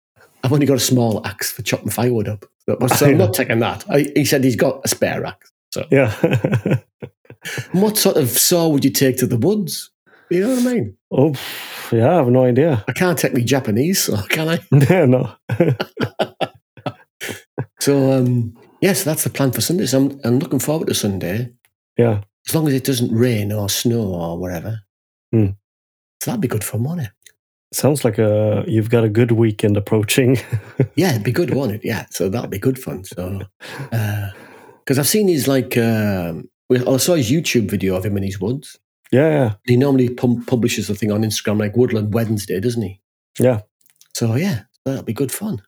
I've only got a small axe for chopping firewood up. But- So I'm not taking that. I, he said he's got a spare axe.
Yeah. <laughs>
And what sort of saw would you take to the woods? You know what I mean?
oh, yeah. I have no idea. <laughs>
I can't take me Japanese saw, <laughs> can I?
Yeah, no.
So um, yes, that's the plan for Sunday. So I'm, I'm looking forward to Sunday.
Yeah.
As long as it doesn't rain or snow or whatever.
Hmm.
So that'd be good fun, wouldn't
Sounds like a you've got a good weekend approaching. <laughs>
it? Yeah, it'd be good, wouldn't it? Yeah. So that'd be good fun. So because I've seen his like um, well, I saw his YouTube video of him in his woods.
Yeah,
He normally pum- publishes the thing on Instagram like Woodland Wednesday, doesn't he?
Yeah.
So yeah, that'll be good fun.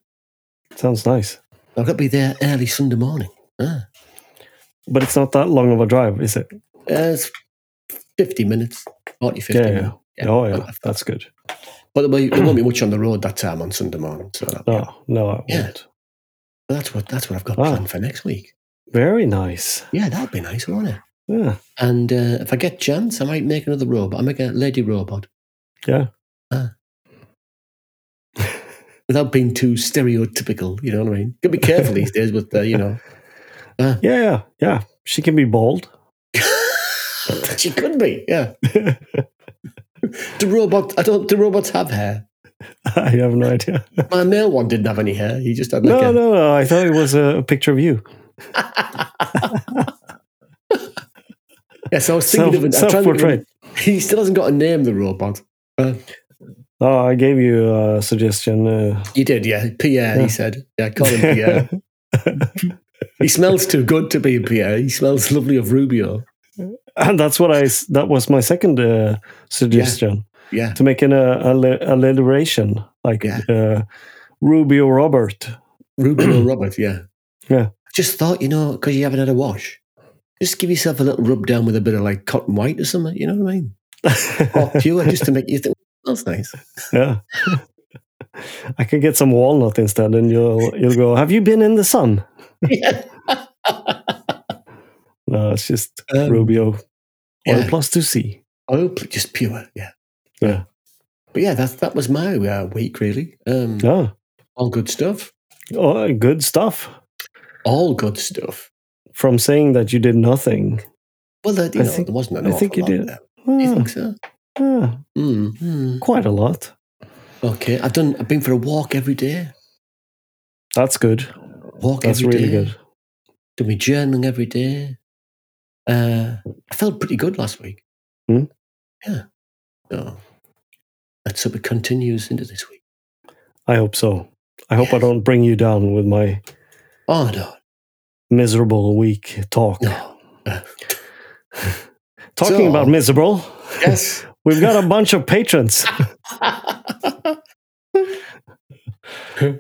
yeah. Sounds nice.
I've got to be there early Sunday morning. Ah.
But it's not that long of a drive, is it?
Uh, it's 50 minutes, 40, 50
Yeah, yeah.
minutes.
oh
I
yeah,
like that.
that's good.
But there won't there won't be much on the road that time on Sunday morning. So that-
No, Ah. no, I
Yeah.
won't.
that's what that's what I've got
Wow.
planned for next week.
Very nice.
Yeah, that'd be nice, wouldn't it?
Yeah,
And uh, if I get chance, I might make another robot. I make a lady robot.
Yeah.
Ah. <laughs> Without being too stereotypical, you know what I mean? Got to be careful these days with uh, you know. <laughs>
yeah, yeah, yeah. She can be bold.
she could be, yeah. the robot. I don't. Do robots have hair?
<laughs> I have no idea.
My male one didn't have any hair. He just had like
No,
a,
no, no. I thought it was a picture of
<laughs>
you.
Yes, I was thinking
Self,
of it. I'm trying to think of
self-portrait.
it. He still hasn't got a name. The robot.
Oh, I gave you a suggestion. Uh,
You did, yeah. Pierre,
Yeah.
he said. Yeah, call
<laughs>
him Pierre. he smells too good to be a Pierre. He smells lovely of Rubio.
and that's what I. s- That was my second uh, suggestion
Yeah.
to make an uh, alle- alliteration, like
Yeah.
uh, Rubio Robert.
Rubio Robert, yeah.
<clears throat> Yeah.
Just thought, you know, because you haven't had a wash, just give yourself a little rub down with a bit of like cotton white or something. You know what
<laughs>
I mean? Or pure, just to make you think, that's nice.
yeah. I could get some walnut instead, and you'll you'll go. Have you been in the sun? <laughs>
yeah.
No, it's just
Um,
Rubio. One
yeah.
plus two C.
Oh, p- just pure, yeah.
Yeah.
But yeah, that, that was my uh, week, really. Um,
Oh,
All good stuff.
oh, good stuff.
All good stuff.
From saying that you did nothing.
Well, there, you
I
know,
think-
there wasn't an
I
awful
think you
lot
did.
there. You
Ah,
think so?
ah,
Mm, mm.
quite a lot.
Okay, I've done. I've been for a walk every day.
That's good.
Walk.
That's
every
really
day,
good.
Do my journaling every day. Uh, I felt pretty good last week.
Hmm?
Yeah. So let's hope it continues into this week.
I hope so. I hope I
Yes.
don't bring you down with my
Oh no,
miserable week talk.
no.
Talking
So-
about miserable,
<laughs> Yes.
we've got a bunch of patrons.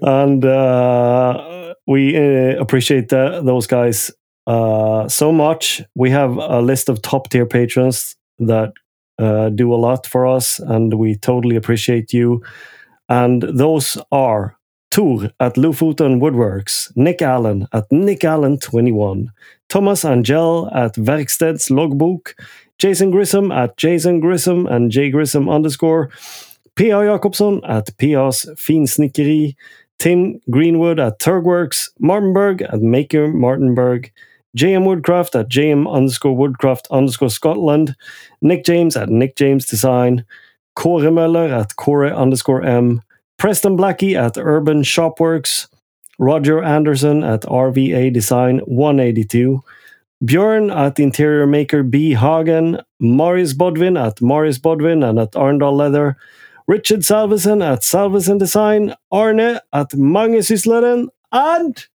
and uh, we uh, appreciate tha- those guys uh, so much. We have a list of top tier patrons that uh, do a lot for us, and we totally appreciate you. And those are Tour at Lofoten Woodworks, Nick Allen at Nick Allen 21, Thomas Angel at Verksted's Logbook, Jason Grissom at Jason Grissom and J Grissom underscore, P.A. Jakobsson at P.A.'s Finsnickeri, Tim Greenwood at Turgworks, Martinberg at Maker Martinberg, JM Woodcraft at JM underscore Woodcraft underscore Scotland, Nick James at Nick James Design, Corey Möller at Corey underscore M, Preston Blackie at Urban Shopworks, Roger Anderson at RVA Design 182, Bjorn at Interior Maker B. Hagen, Marius Bodvin at Marius Bodvin and at Arndal Leather, Richard Salvesen at Salvesen Design, Arne at Mangesysleren, and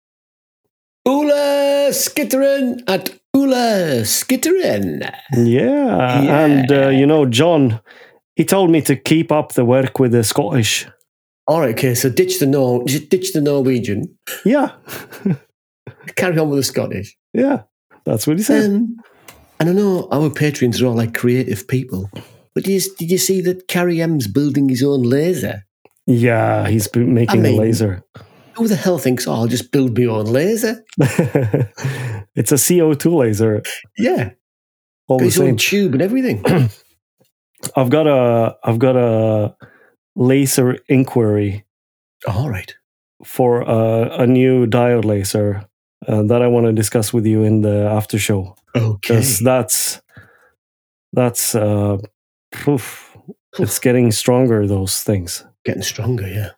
Ula Skitteren at Ula Skitteren.
yeah,
Yeah.
and uh, you know John. He told me to keep up the work with the Scottish.
All right, okay, so ditch the Nor- ditch the Norwegian,
Yeah,
carry on with the Scottish.
yeah, that's what he said.
Um, and I know our patrons are all like creative people, but did you, did you see that Carrie M's building his own laser?
Yeah, he's been making
mean-
a laser. <laughs>
Who the hell thinks, oh, I'll just build my own laser?
it's a CO2 laser.
Yeah,
All the
his
same.
own tube
<clears throat>
and everything.
I've got a I've got a laser inquiry
all right.
for a, a new diode laser uh, that I want to discuss with you in the after show
Okay.
because that's that's uh, poof, it's getting stronger. Those things.
Getting stronger, yeah.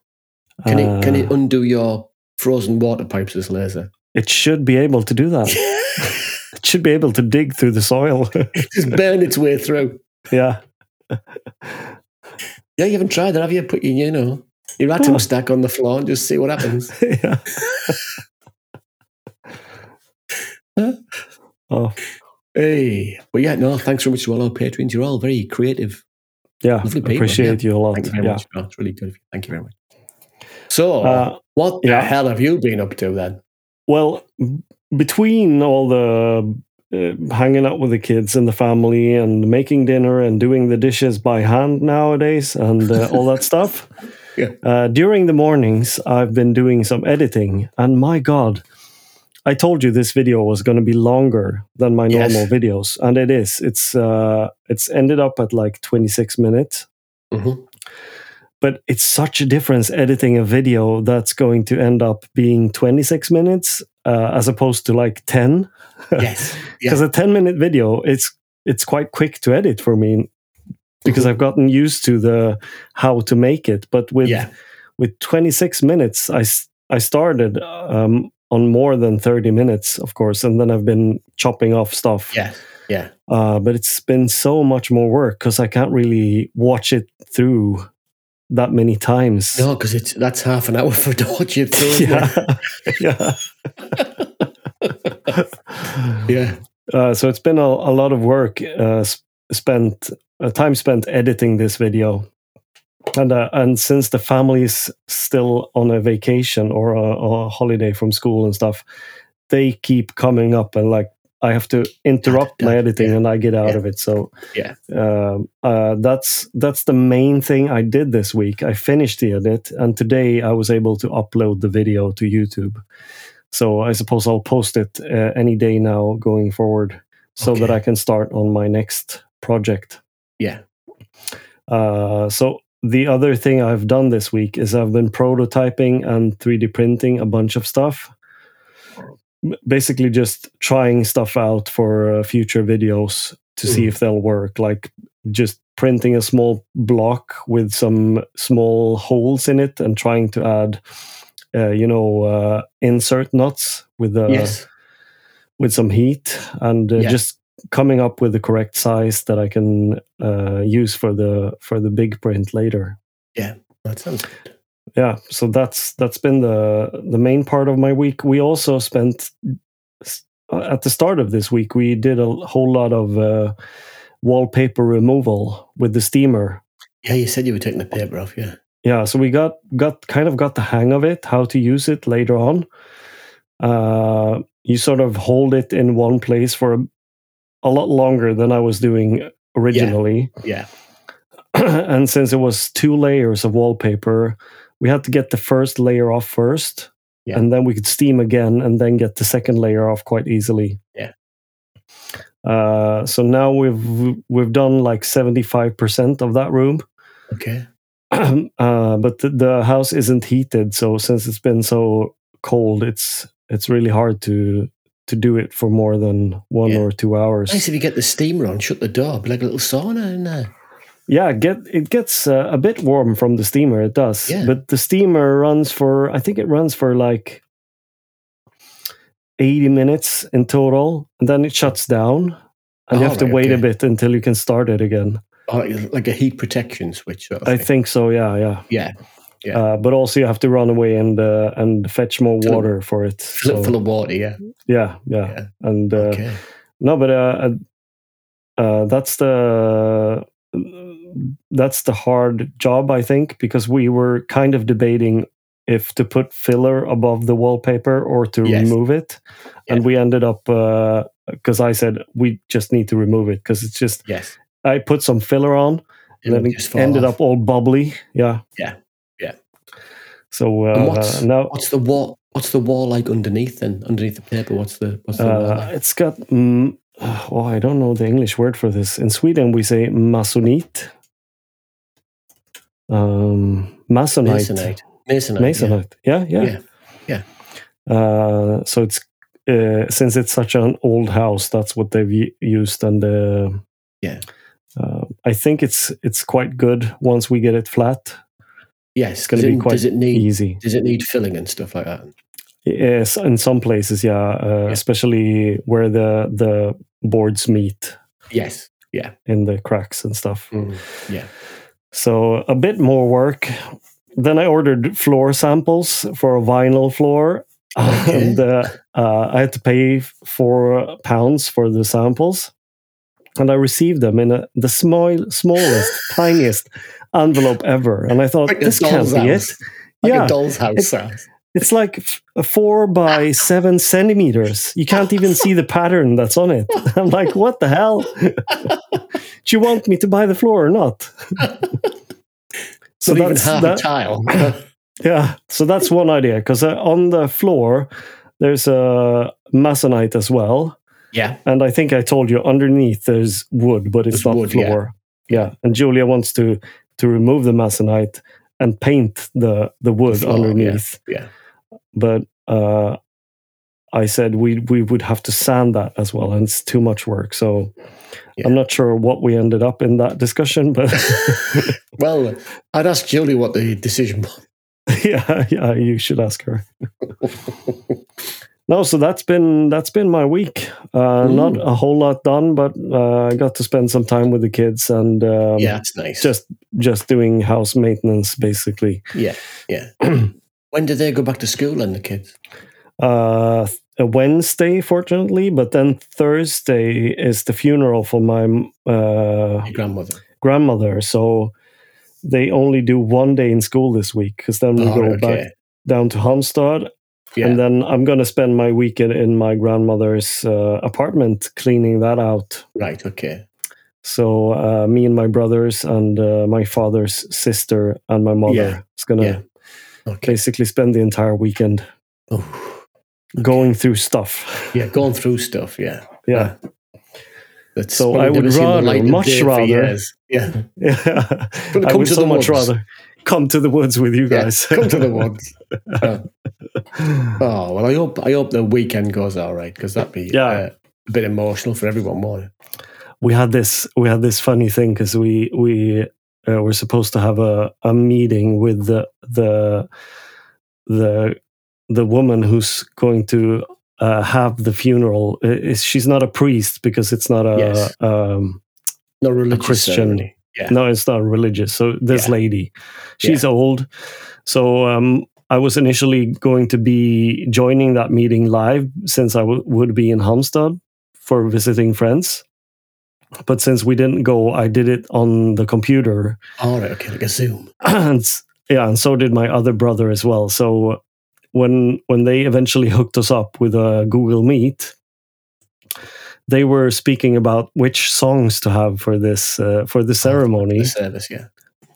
Can, it, can
Uh,
it undo your frozen water pipes, this laser? <laughs>
It should be able to do that. it should be able to dig through the soil. <laughs>
just burn its way through.
yeah.
Yeah, you haven't tried that, have you? Put your, you know, your atom
Oh.
stack on the floor and just see
<laughs>
what happens. <laughs>
yeah. oh
hey. But yeah, no, thanks very much to all our patrons. You're all very creative.
yeah.
Lovely people,
Appreciate you a lot.
Thank you very
yeah.
much. No, it's really good of you. Thank you very much. So,
Uh,
what
yeah.
the hell have you been up to then?
Well, b- between all the uh, hanging out with the kids and the family and making dinner and doing the dishes by hand nowadays and uh, all that stuff,
<laughs> Yeah.
uh, during the mornings, I've been doing some editing. And my God, I told you this video was going to be longer than my
Yes.
normal videos, and it is. It's uh, it's ended up at like twenty six minutes <laughs>
Mhm.
but it's such a difference editing a video that's going to end up being 26 minutes uh, as opposed to like 10
Yes. Yeah.
because a 10 minute video it's it's quite quick to edit for me because i've gotten used to the how to make it but with
yeah.
with 26 minutes i s- i started um on more than 30 minutes of course and then i've been chopping off stuff
Yeah. Yeah.
uh, but it's been so much more work because I can't really watch it through that many times.
No, because it's that's half an hour <laughs> for Dodge. You've thrown
<laughs> yeah, yeah. <laughs>
yeah.
Uh, so it's been a, a lot of work uh, s- spent, uh, time spent editing this video, and uh, and since the family is still on a vacation or a, or a holiday from school and stuff, they keep coming up and like I have to interrupt
Dad,
my
dad,
editing
<laughs> yeah.
and I get out
Yeah.
of it. So
Yeah.
um, uh, that's that's the main thing I did this week. I finished the edit, and today I was able to upload the video to YouTube. So I suppose I'll post it uh, any day now going forward, so that
Okay.
I can start on my next project.
Yeah.
Uh, so the other thing I've done this week is I've been prototyping and 3D printing a bunch of stuff. M- Basically, just trying stuff out for uh, future videos to see
Mm.
if they'll work. Like just printing a small block with some small holes in it and trying to add, uh, you know, uh, insert nuts with uh, the
yes.
with some heat and uh,
Yeah.
just coming up with the correct size that I can uh, use for the for the big print later.
That sounds good.
Yeah, so that's that's been the the main part of my week. We also spent s- uh, at the start of this week we did a whole lot of uh, wallpaper removal with the steamer.
Yeah, you said you were taking the paper off. Yeah.
Yeah, so we got got kind of got the hang of it, how to use it later on. Uh, you sort of hold it in one place for a, a lot longer than I was doing originally.
Yeah.
<clears throat> and since it was two layers of wallpaper, we had to get the first layer off first,
Yeah.
and then we could steam again, and then get the second layer off quite easily.
Yeah.
Uh, so now we've we've done like seventy five percent of that room,
Okay.
<clears throat> uh, but the, the house isn't heated. So since it's been so cold, it's it's really hard to to do it for more than one
Yeah.
or two hours.
Nice if you get the steamer on, shut the door, be like a little sauna in there.
Yeah, get it gets uh, a bit warm from the steamer. It does,
Yeah.
but the steamer runs for I think it runs for like eighty minutes in total, and then it shuts down, and you have to
Alright,
wait a
okay.
bit until you can start it again.
or like a heat protection switch. Sort of
I
thing.
think so. Yeah, yeah.
Yeah. Yeah.
Uh, but also, you have to run away and uh, and fetch more
Fill it-
water for it.
Fill,
So,
it full of water. Yeah.
yeah, yeah,
Yeah.
And uh,
Okay.
no, but uh, uh, that's the that's the hard job, I think, because we were kind of debating if to put filler above the wallpaper or to
Yes.
remove it, and
Yeah.
we ended up because I said we just need to remove it because it's just
Yes.
I put some filler on
It
and
would
then
just
it
fall
ended
off.
up all bubbly. Yeah.
Yeah, yeah.
So
And
uh,
what's-
now
What's the wall? What's the wall like underneath? Then underneath the paper, what's the what's the wall
uh,
like?
it's got. Mm, oh, I don't know the English word for this. In Sweden, we say masonite. Um, masonite.
masonite? Masonite. yeah.
Masonite. Yeah, yeah.
Yeah,
Uh, so it's uh, since it's such an old house, that's what they've u- used, and uh,
Yeah.
Uh, I think it's it's quite good once we get it flat.
Yes.
gonna
does
be
it-
quite
does it need
Easy.
does it need filling and stuff like that?
Yes, in some places, yeah, uh,
Yeah.
especially where the the boards meet
Yes.
in the cracks and stuff.
Mm. Yeah.
So a bit more work. Then I ordered floor samples for a vinyl floor, <laughs>
Okay.
and uh, uh, I had to pay four pounds for the samples, and I received them in a, the small,
<laughs>
smallest, tiniest envelope ever. And I thought
Like a
this can't
doll's
be it.
house. Like
yeah,
a doll's house.
It's-
size.
It's like f- a four by seven centimeters. You can't even see the pattern that's on it. <laughs> I'm like, what the hell? <laughs> Do you want me to buy the floor or
<laughs>
not? so
Not even
that's
half
that,
a tile.
<coughs> yeah. So that's one idea because uh, on the floor there's a masonite as well, <laughs>
yeah.
and I think I told you underneath there's wood, but it's
There's
not
wood, yeah.
floor. Yeah. and Julia wants to to remove the masonite and paint the the wood
floor, yeah.
underneath
Yeah.
but uh, I said we we would have to sand that as well, and it's too much work. So
Yeah.
I'm not sure what we ended up in that discussion, but
well, I'd ask Julie what the decision was.
<laughs> yeah, yeah, you should ask her. <laughs> no, so that's been that's been my week. Uh, Not
Mm.
a whole lot done, but uh, I got to spend some time with the kids and um,
yeah, that's nice.
just just doing house maintenance basically.
yeah,
<clears throat>
yeah. when do they go back to school then, the kids?
uh, a Wednesday, fortunately, but then Thursday is the funeral for my uh,
Your grandmother.
grandmother. So they only do one day in school this week because then we
Oh,
go
okay.
back down to Halmstad.
Yeah.
And then I'm going to spend my weekend in my grandmother's uh, apartment cleaning that out.
right, okay.
So uh, me and my brothers and uh, my father's sister and my mother
Yeah.
is going to
Yeah. Okay.
basically spend the entire weekend
Oh,
going through stuff.
yeah, going through stuff, yeah.
yeah.
That's
So
probably
I would
never seen the
rather,
light of
much
day for
rather-
years. Yeah.
Yeah, <laughs>
Come
I
to
would
the
so much
woods.
rather come to the woods with you
Yeah,
guys.
Come to the
<laughs>
woods. Oh, well, I hope I hope the weekend goes all right because that'd be
Yeah.
uh, a bit emotional for everyone, won't it?
we had this we had this funny thing because we we uh, were supposed to have a, a meeting with the the the the woman who's going to uh, have the funeral. I- is- she's not a priest because it's not a
Yes.
um,
No religious
Christian.
ceremony. Yeah.
no, it's not religious. So this
Yeah.
lady, she's old. So um, I was initially going to be joining that meeting live since I w- would be in Halmstad for visiting friends. But since we didn't go, I did it on the computer,
All right, okay, like a Zoom.
<clears throat> and s- yeah, and so did my other brother as well. So when when they eventually <laughs> hooked us up with a Google Meet, they were speaking about which songs to have for this uh, for the ceremony.
The service, yeah.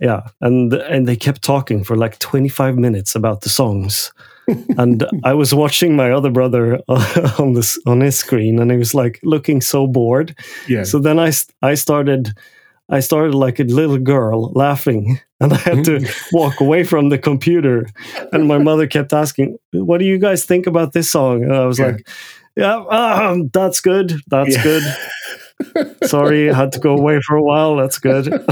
Yeah, and and they kept talking for like 25 minutes about the songs. and I was watching my other brother <laughs> on this on his screen and he was like looking so bored.
Yeah.
So then I st- I started I started like a little girl laughing <laughs> and I had
<laughs>
to walk away from the computer and my mother kept asking, "What do you guys think about this song?" And I was
Yeah.
like, "Yeah, um, that's good. That's
Yeah.
good." Sorry, I had to go away for a while. That's good. <laughs> and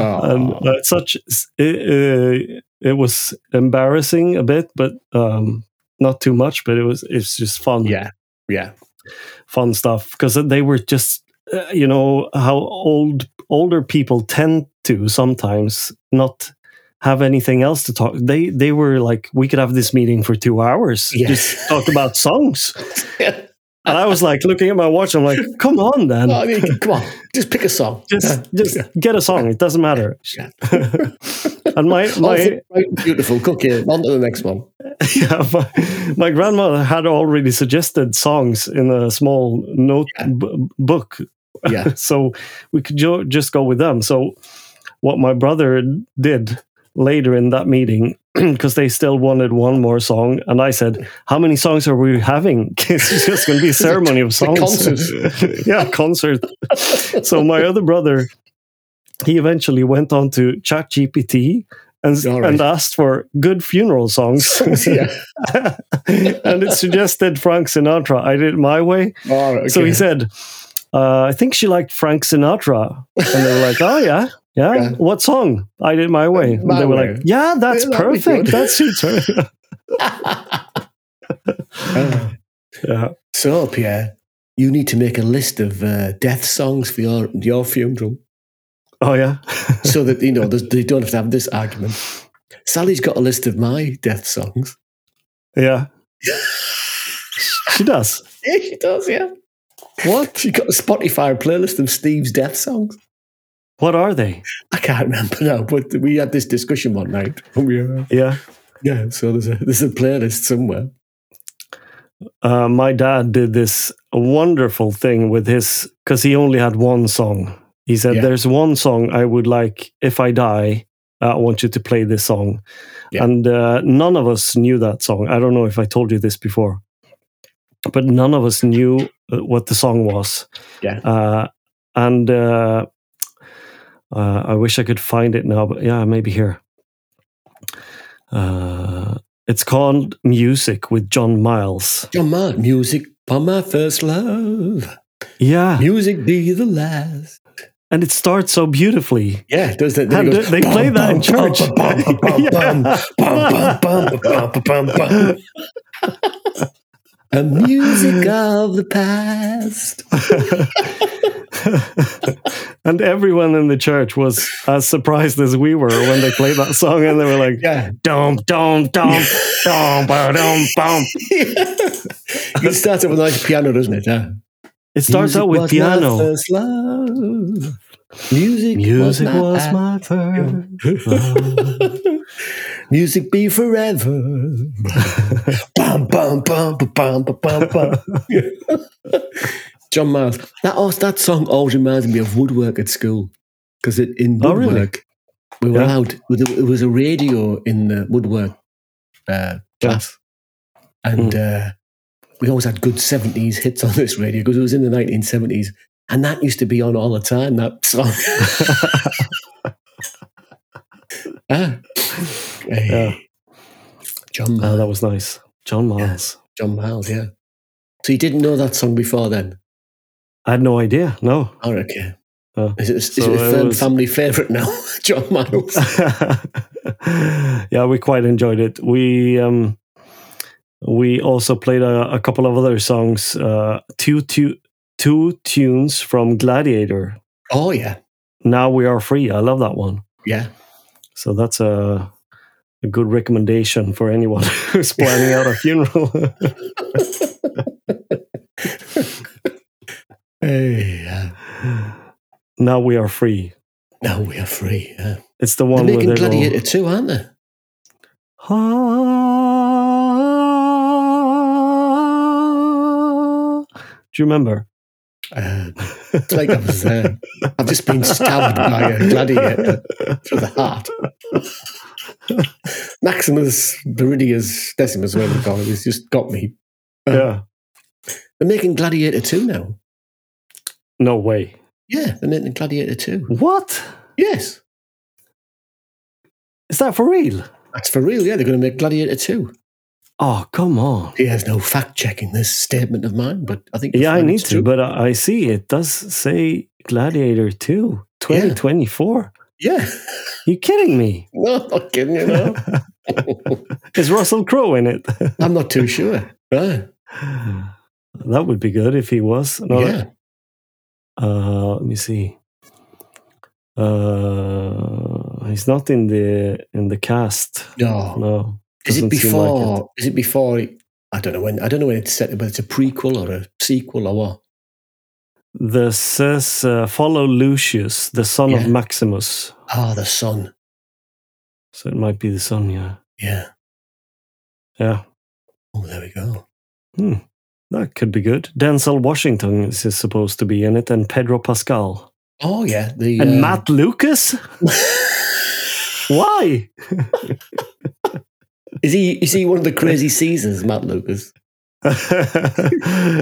Oh,
uh, it's such it, uh, it was embarrassing a bit but um not too much but it was it's just fun
yeah, yeah.
fun stuff because they were just uh, you know how old older people tend to sometimes not have anything else to talk. They they were like, we could have this meeting for two hours,
Yes.
talk about songs.
<laughs> Yeah.
And I was like looking at my watch. I'm like, come on, then.
Well, I mean, come on, just pick a song.
just just get a song. It doesn't matter.
Yeah.
<laughs> and my
All
my
things bright and Oh, beautiful. Cook it. On to the next one.
<laughs> yeah, my, my grandmother had already suggested songs in a small note
Yeah.
b- book,
Yeah.
<laughs>
<laughs>
so we could jo- just go with them. So what my brother did later in that meeting. <clears throat> Because they still wanted one more song, and I said, "How many songs are we having? <laughs> 'Cause it's just going to
<laughs>
be a ceremony of songs,
concert.
<laughs> yeah, concert." so my other brother he eventually went on to ChatGPT and,
All right.
and asked for good funeral songs <laughs>
yeah. <laughs>
and it suggested frank sinatra i did it my way
All right.
so
Oh, okay.
he said uh, i think she liked frank sinatra and they were like oh yeah yeah.
Yeah.
What song? I did it my way. And
Uh, My
they were
Way.
like, "Yeah, that's
Yeah, that'd be
perfect. That
good."
suits her."
Ah.
<laughs> yeah.
so Pierre, you need to make a list of uh, death songs for your your funeral, <laughs>
Oh yeah.
so that you know there's- they don't have to have this argument. Sally's got a list of my death songs. <laughs>
Yeah. she does.
Yeah, she does. Yeah. What? She got a Spotify playlist of Steve's death songs.
What are they?
I can't remember now, but we had this discussion one night. when we were-
Yeah.
yeah, so there's a there's a playlist somewhere.
uh, my dad did this wonderful thing with his because he only had one song. He said,
Yeah.
"There's one song I would like if I die. uh, I want you to play this song."
Yeah.
And uh, none of us knew that song. I don't know if I told you this before, but none of us knew uh, what the song was.
Yeah.
Uh, and uh, uh, I wish I could find it now, but yeah, maybe here. Uh, it's called Music with John Miles.
John Mark, music for my first love.
Yeah,
Music be the last.
and it starts so beautifully.
Yeah, does that?
And they they play <laughs> that in church. <laughs> Yeah.
church. A music of the past.
and everyone in the church was as surprised as we were when they played that song, and they were <laughs> like,
Yeah.
"Dum dum dum dum ba dum bum."
it starts out with a nice piano, doesn't it? Yeah.
It starts
Music
out with
was My
piano.
first love. Music,
Music was
my
my first. love.
Music be forever. bum, bum, bum, ba, bum, ba, bum, bum. John Miles. That al- that song always reminded me of woodwork at school because in
Oh,
woodwork
really?
we were
Yeah.
allowed. with a- It was a radio in the woodwork uh, class, and
Hmm.
uh, we always had good seventies hits on this radio because it was in the nineteen seventies, and that used to be on all the time.
<laughs>
That song. ah. Hey.
Yeah.
John
Oh,
Miles.
that was nice, John Miles.
John Miles, yeah. So you didn't know that song before then?
I had no idea. No.
Oh, okay.
Oh.
is it, is
So
it a
it
firm
was-
family favourite now, <laughs> John Miles?
<laughs> yeah, we quite enjoyed it. We um, we also played a, a couple of other songs, uh, two, two, two tunes from Gladiator.
Oh, yeah.
Now we are free. I love that one. <laughs>
Yeah.
So that's a a good recommendation for anyone <laughs> who's planning out a funeral. <laughs>
Hey, yeah.
now we are free.
Now we are free. Yeah.
It's the
They're
one where
making
they
Gladiator
go.
2, aren't they?
"Ah." Do you remember?
Um, it's like I was there. I've just been stabbed by a gladiator through the heart. Maximus Viridius Decimus, whatever you call it, has just got me. uh,
Yeah.
They're making Gladiator 2 now.
No way.
Yeah, they're making Gladiator 2.
What?
Yes.
Is that for real?
That's for real, yeah. They're going to make Gladiator 2.
Oh, come on.
He has no fact checking this statement of mine, but I think.
Yeah, I
it's
need
true.
to, but I I see it does say Gladiator 2 2024.
Yeah. <laughs>
You kidding me?
No, I'm not kidding
<laughs>
you, <laughs> no.
Is Russell Crowe in it?
I'm not too sure. Right.
that would be good if he was. No,
yeah.
Uh, let me see. Uh, he's not in the in the cast.
No,
No.
is it
doesn't seem like it.
before? Is it before? it- I don't know when. I don't know when it's set, but it's a prequel or a sequel or what.
This says uh, follow Lucius, the son of
Yeah.
Maximus.
Ah, the son.
So it might be the son. Yeah.
Yeah.
Yeah.
Oh, there we go.
Hmm. That could be good. Denzel Washington is is supposed to be in it, and Pedro Pascal
Oh yeah, the
and
uh,
Matt
<laughs>
Lucas. Why? <laughs>
is he is he one of the crazy Caesars, Matt Lucas?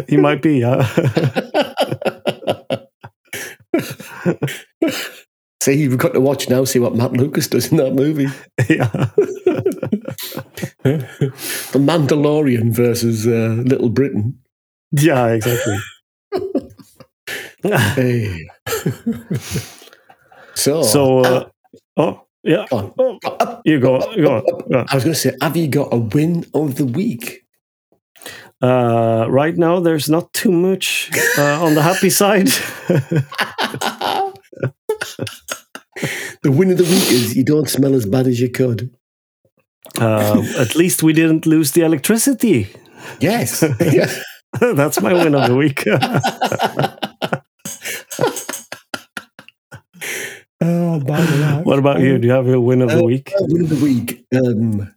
he might be. Yeah. <laughs>
See, you've got to watch now. See what Matt Lucas does in that movie.
yeah.
The Mandalorian versus uh, Little Britain.
Yeah.
<laughs>
Exactly.
Hey. <laughs> so,
so. Uh, oh. Yeah.
Go on.
Oh,
Up, up.
you go. Go. on, Go. on.
I was going to say, have you got a win of the week?
Uh, right now, there's not too much uh, on the happy side.
The win of the week is you don't smell as bad as you could.
Uh, at least we didn't lose the electricity. <laughs>
Yes. <laughs>
That's my win of the week.
oh, by the
what about you? Do you have your win of the week?
Win of the week um,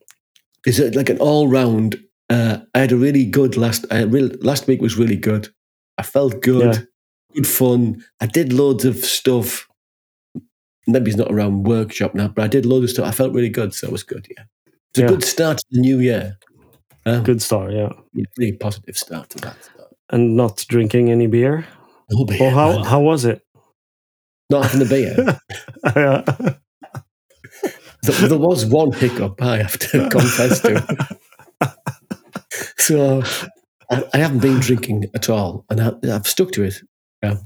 is it like an all round. Uh, I had a really good last. I real last week was really good. I felt good,
Yeah.
good fun. I did loads of stuff. Maybe it's not around workshop now, but I did loads of stuff. I felt really good, so it was good. Yeah, it's
Yeah.
a good start to the new year. Um,
Good start, yeah.
Yeah, really positive start to that. Start.
And not drinking any beer.
No beer,
Well, how
man.
how was it?
Not having the beer.
Yeah.
there, there was one hiccup I have to <laughs> confess to. so I, I haven't been drinking at all, and I, I've stuck to it. Yeah.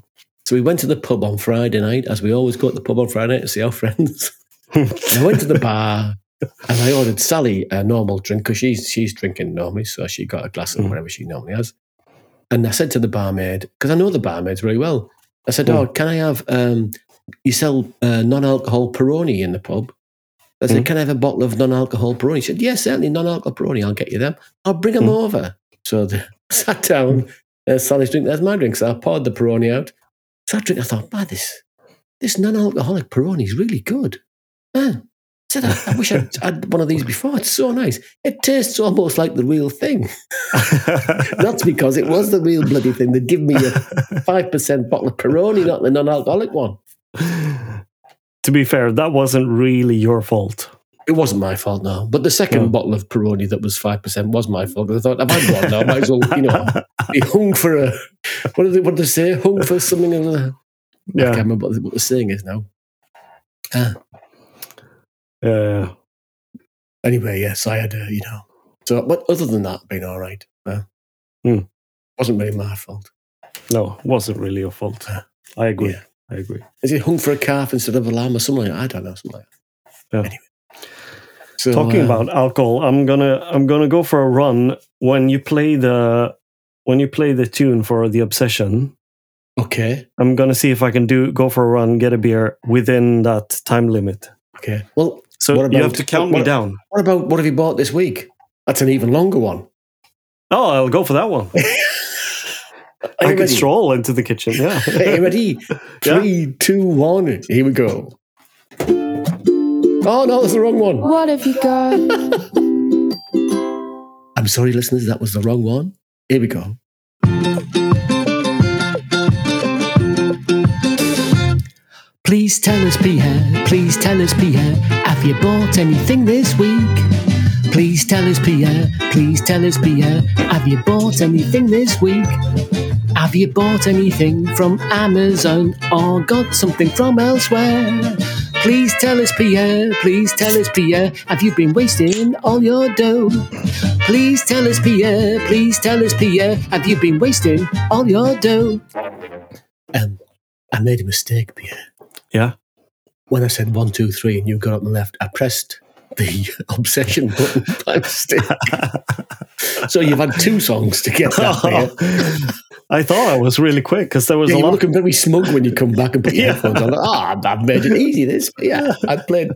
So we went to the pub on Friday night, as we always go to the pub on Friday night to see our <laughs> friends. And I went to the bar and I ordered Sally a normal drink because she's she's drinking normally, so she got a glass of
Mm.
whatever she normally has. And I said to the barmaid because I know the barmaids really well. I said, "Oh, can I have um, you sell uh, non-alcohol Peroni in the pub?" I said,
Mm.
"Can I have a bottle of non-alcohol Peroni?" She said, "Yes, certainly non-alcohol Peroni. I'll get you them. I'll bring them
Mm.
over." So I <laughs> sat down. There's Sally's drink. There's my drink. So I poured the Peroni out. So I drink. I thought, "Man, this this non-alcoholic Peroni is really good." Man, said, I, I wish I'd had one of these before. It's so nice. It tastes almost like the real thing. That's because it was the real bloody thing. They'd give me a 5% bottle of Peroni, not the non alcoholic one.
to be fair, that wasn't really your fault.
It wasn't my fault, no. But the second
No.
bottle of Peroni that was 5% was my fault. I thought, I've had one now. I might as well, you know,
<laughs>
be hung for a, what do they, what do they say? Hung for something. Or other. I can't
yeah.
remember what the, what the saying is now.
Yeah.
Anyway, yes, I had, uh, you know. So, but other than that, been all right. Uh,
Hmm.
Wasn't really my fault.
No, wasn't really your fault. I agree.
Yeah.
I agree.
Is it hung for a calf instead of a lamb or something like that? I don't know, something like that.
Yeah.
Anyway. So,
talking
uh,
about alcohol i'm gonna i'm gonna go for a run when you play the when you play the tune for the obsession
Okay.
i'm gonna see if i can do go for a run get a beer within that time limit
Okay. Well,
so
What
you
about-
have to count me
what-
down
what about what have you bought this week? That's an even longer one.
oh i'll go for that
<laughs>
one
Are
i
you
could
ready?
stroll into the kitchen yeah
Are you ready?
Yeah.
Three, two, one. Here we go. Oh, no, that's the wrong one.
What have you got?
I'm sorry, listeners, that was the wrong one. Here we go. Please tell us, Pierre. Please tell us, Pierre. Have you bought anything this week? Please tell us, Pierre. Please tell us, Pierre. Have you bought anything this week? Have you bought anything from Amazon or got something from elsewhere? Please tell us, Pierre. Please tell us, Pierre. Have you been wasting all your dough? Please tell us, Pierre. Please tell us, Pierre. Have you been wasting all your dough? Um, I made a mistake, Pierre.
yeah
When I said one, two, three, and you got up and left, I pressed the <laughs> obsession button by mistake. <laughs> so you've had two songs to get that <laughs> there.
I thought I was really quick because there was
Yeah,
a
you were
lot.
looking very smug when you come back and put your
Yeah.
headphones on. Like, Ah, I've made it easy. This, yeah, I played, <laughs>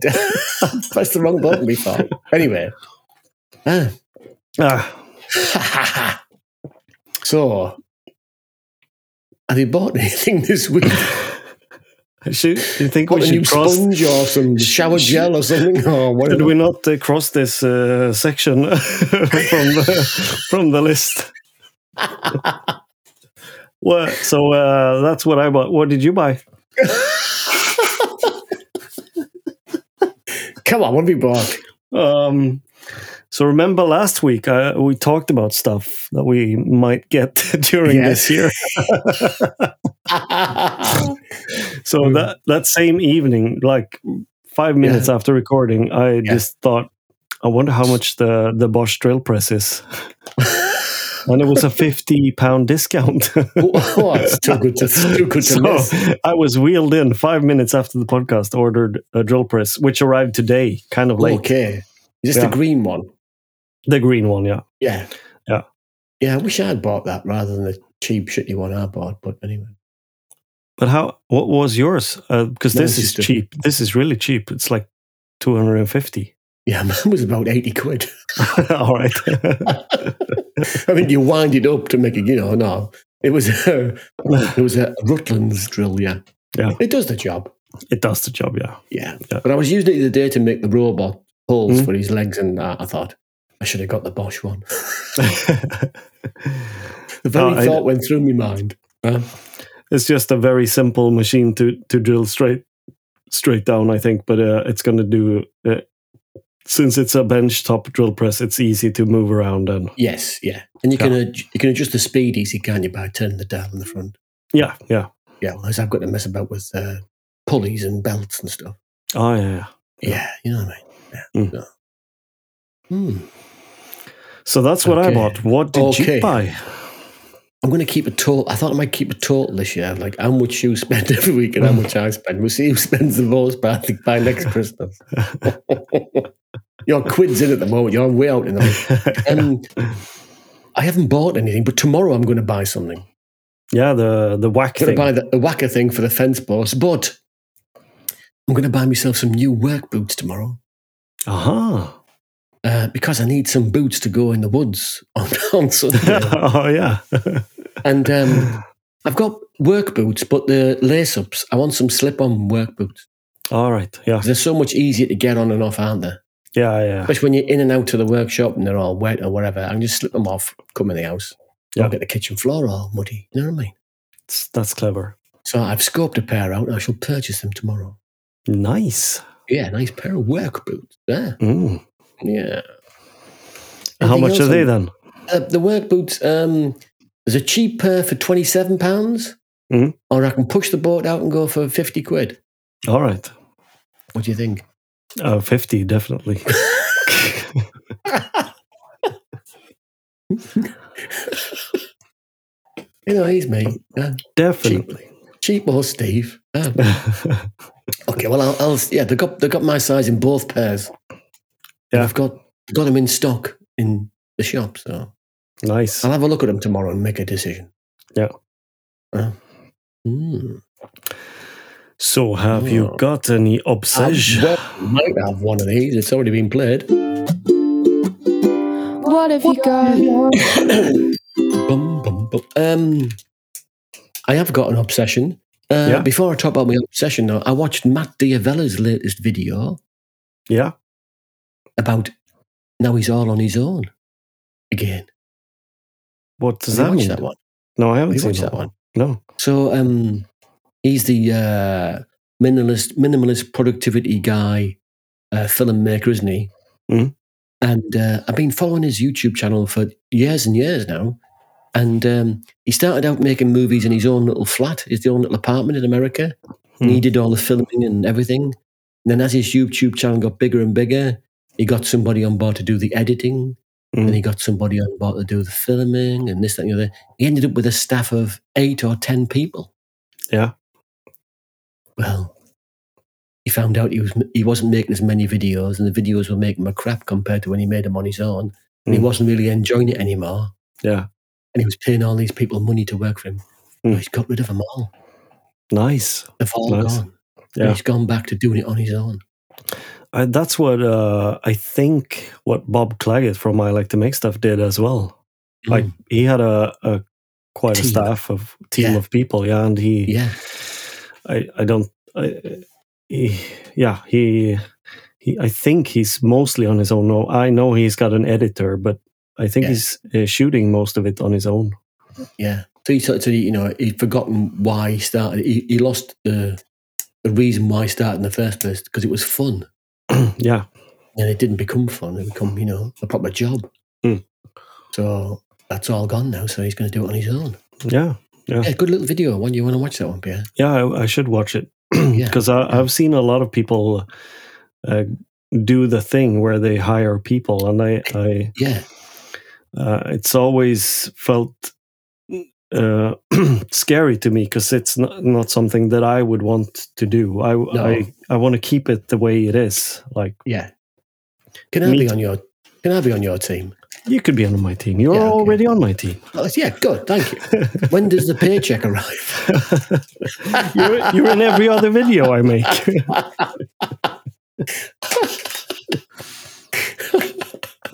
pressed the wrong button before. Anyway, Ah.
Ah,
<laughs> so have you bought anything this week?
should, do you think
Got
we
a new
should cross?
sponge or some
Sh-
shower
sh-
gel or something? Oh, Or
Did
whatever.
we not uh, cross this uh, section <laughs> from the, from the
<laughs>
list? well, so uh, that's what I bought. What did you buy?
Come on, what have you bought?
<laughs>
<laughs>
Um, so remember last week uh, we talked about stuff that we might get <laughs> during
Yes.
this year. So
Mm.
that that same evening, like five minutes after recording, I just thought, I wonder how much the the Bosch drill press
<laughs>
is, and it was a fifty pound discount. <laughs>
oh, it's too good to, it's too good to
so
miss.
I was wheeled in five minutes after the podcast. Ordered a drill press, which arrived today, kind of late.
okay. Is this
Yeah.
the green one?
The green one, yeah.
Yeah.
Yeah.
Yeah, I wish I'd bought that rather than the cheap, shitty one I bought. But anyway.
But how? What was yours? Because
No,
this
it's
is
just a-
cheap. This is really cheap. It's like two hundred and fifty.
Yeah, <laughs> mine was about 80 quid.
All right.
<laughs> I think you wind it up to make it, you know, no. It was a, it was a Rutland's drill, yeah.
Yeah.
It does the job.
it does the job, yeah. <laughs>
Yeah.
Yeah.
But I was using it the other day to make the robot holes
Mhm.
for his legs, and uh, I thought, I should have got the Bosch one. <laughs> The very
Oh, I-
thought went through my mind. Huh?
it's just a very simple machine to to drill straight straight down i think but uh, it's going to do uh, since it's a bench top drill press it's easy to move around and
Yes, yeah. And you can adj- you can adjust the speed easy, can you, by turning the dial in the front?
yeah yeah
Yeah, well, as I've got to mess about with uh, pulleys and belts and stuff.
oh yeah, yeah
Yeah,
Yeah.
you know what I mean. Yeah.
Mm.
no. Hmm.
so that's what i
Okay.
bought what did
Okay.
you buy
I'm going to keep a total. I thought I might keep a total this year, like how much you spend <laughs> every week and how much I spend. We'll see who spends the most by, by next Christmas. <laughs> Your quid's in at the moment. You're way out in the moment. Um, I haven't bought anything, but tomorrow I'm going to buy something.
yeah the the whack
I'm
thing
going to buy the, the whacker thing for the fence post, but I'm going to buy myself some new work boots tomorrow.
uh-huh
uh, because I need some boots to go in the woods on, <laughs>
<laughs>
on Sunday.
oh yeah
and um, I've got work boots, but the lace ups, I want some slip on work boots.
all right yeah
They're so much easier to get on and off, aren't they?
yeah yeah
Especially when you're in and out of the workshop and they're all wet or whatever. I can just slip them off, come in the house.
Yeah.
I'll get the kitchen floor all muddy. You know what I mean?
It's- that's clever
So I've scoped a pair out and I shall purchase them tomorrow.
nice
Yeah, nice pair of work boots. Yeah.
Mm.
Yeah.
how
Anything
much
else
are they
on-
then
Uh, the work boots. Um, there's a cheap pair for twenty seven pounds,
Mhm.
or I can push the boat out and go for fifty quid.
all right
What do you think?
uh, 50
<laughs>
definitely
You know, he's me. Uh,
definitely
cheap or Steve. Uh, okay, well, I'll, I'll. Yeah, they got they got my size in both pairs. And
Yeah.
I've got got them in stock in the shop, so
<laughs> nice
I'll have a look at them tomorrow and make a decision.
Yeah.
Uh, hmm.
So, have you
Oh.
got any
I
obsession?
well, might have one of these. It's already been played.
What have you got?
Bum, bum, bum. Um, I have got an obsession. Uh,
Yeah.
Before I talk about my obsession, though, I watched Matt Diavella's latest video
Yeah.
about now he's all on his own again.
What does
Have
that
you
mean?
watched that one?
No, I haven't
Have you
seen
watched
that,
that one?
No.
So um, he's the uh, minimalist, minimalist productivity guy, uh, filmmaker, isn't he?
Mhm.
And uh, I've been following his YouTube channel for years and years now. And um, he started out making movies in his own little flat, his own little apartment in America. And he
Mhm.
did all the filming and everything. And then as his YouTube channel got bigger and bigger, he got somebody on board to do the editing.
Mhm.
And he got somebody on board to do the filming and this, that, and the other. He ended up with a staff of eight or 10 people.
Yeah.
Well, he found out he was he wasn't making as many videos, and the videos were making him a crap compared to when he made them on his own. And he
Mm.
wasn't really enjoying it anymore.
Yeah.
and he was paying all these people money to work for him.
Mm.
But he's got rid of them all.
Nice.
They've all
Nice.
gone. And
Yeah.
he's gone back to doing it on his own.
Uh, that's what uh, I think what Bob Claggett from I Like to Make Stuff did as well. Like
Mm.
he had a, a quite a
Team.
staff of team
Yeah.
of people, yeah, and he
yeah,
I I don't I, he, yeah he he I think he's mostly on his own. No, I know he's got an editor, but I think
Yeah.
he's uh, shooting most of it on his own. <clears throat>
yeah. So he sort of, you know, he'd forgotten why he started. He, he lost the the reason why he started in the first place because it was fun,
yeah,
and it didn't become fun. It become, you know, a proper job.
Mm.
So that's all gone now. So he's going to do it on his own.
yeah,
Yeah, good little video. One you want to watch that one, Pierre?
yeah. I, I should watch it <clears throat> because I I've seen a lot of people uh, do the thing where they hire people, and I I.
Yeah,
uh, it's always felt uh, <clears throat> scary to me because it's not, not something that I would want to do. I I, I want to keep it the way it is. Like
yeah. Can I
Me
be
too.
on your? Can I be on your team?
you could be on my team. You're
Yeah, okay.
already on my team. <laughs>
Oh, yeah, good. Thank you. when does the paycheck arrive?
You're, you're in every other video I make. <laughs>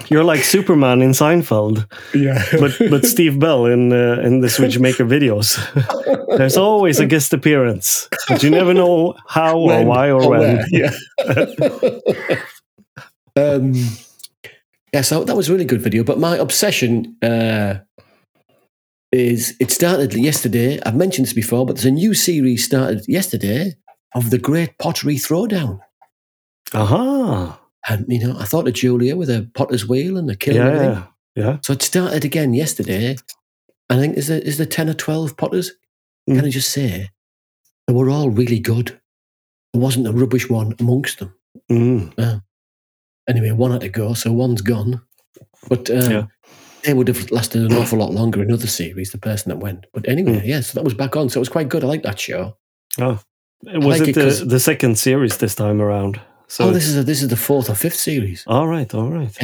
you're like Superman in Seinfeld, <laughs>
Yeah,
but but Steve Bell in uh, in the Switchmaker
<laughs>
videos. There's always a guest appearance, but you never know how or why or, when.
Yeah.
<laughs>
um, yeah, so that was a really good video. But my obsession uh, is it started yesterday. I've mentioned this before, but there's a new series started yesterday of the Great Pottery Throwdown.
Aha.
And you know, I thought of Julia with a potter's wheel and a killer. and everything.
Yeah. Yeah.
So it started again yesterday. I think is there is there ten or twelve potters?
Mm.
Can I just say they were all really good. There wasn't a rubbish one amongst them.
Mm.
Anyway, one had to go, so one's gone. But um,
Yeah.
they would have lasted an awful lot longer in other series. The person that went, but anyway,
Hmm.
yeah. So that was back on. So it was quite good. I like that show.
Was
like
it
it
the,
'cause-
the second series this time around? So
oh, this is a, this is the fourth or fifth series.
all right. All right.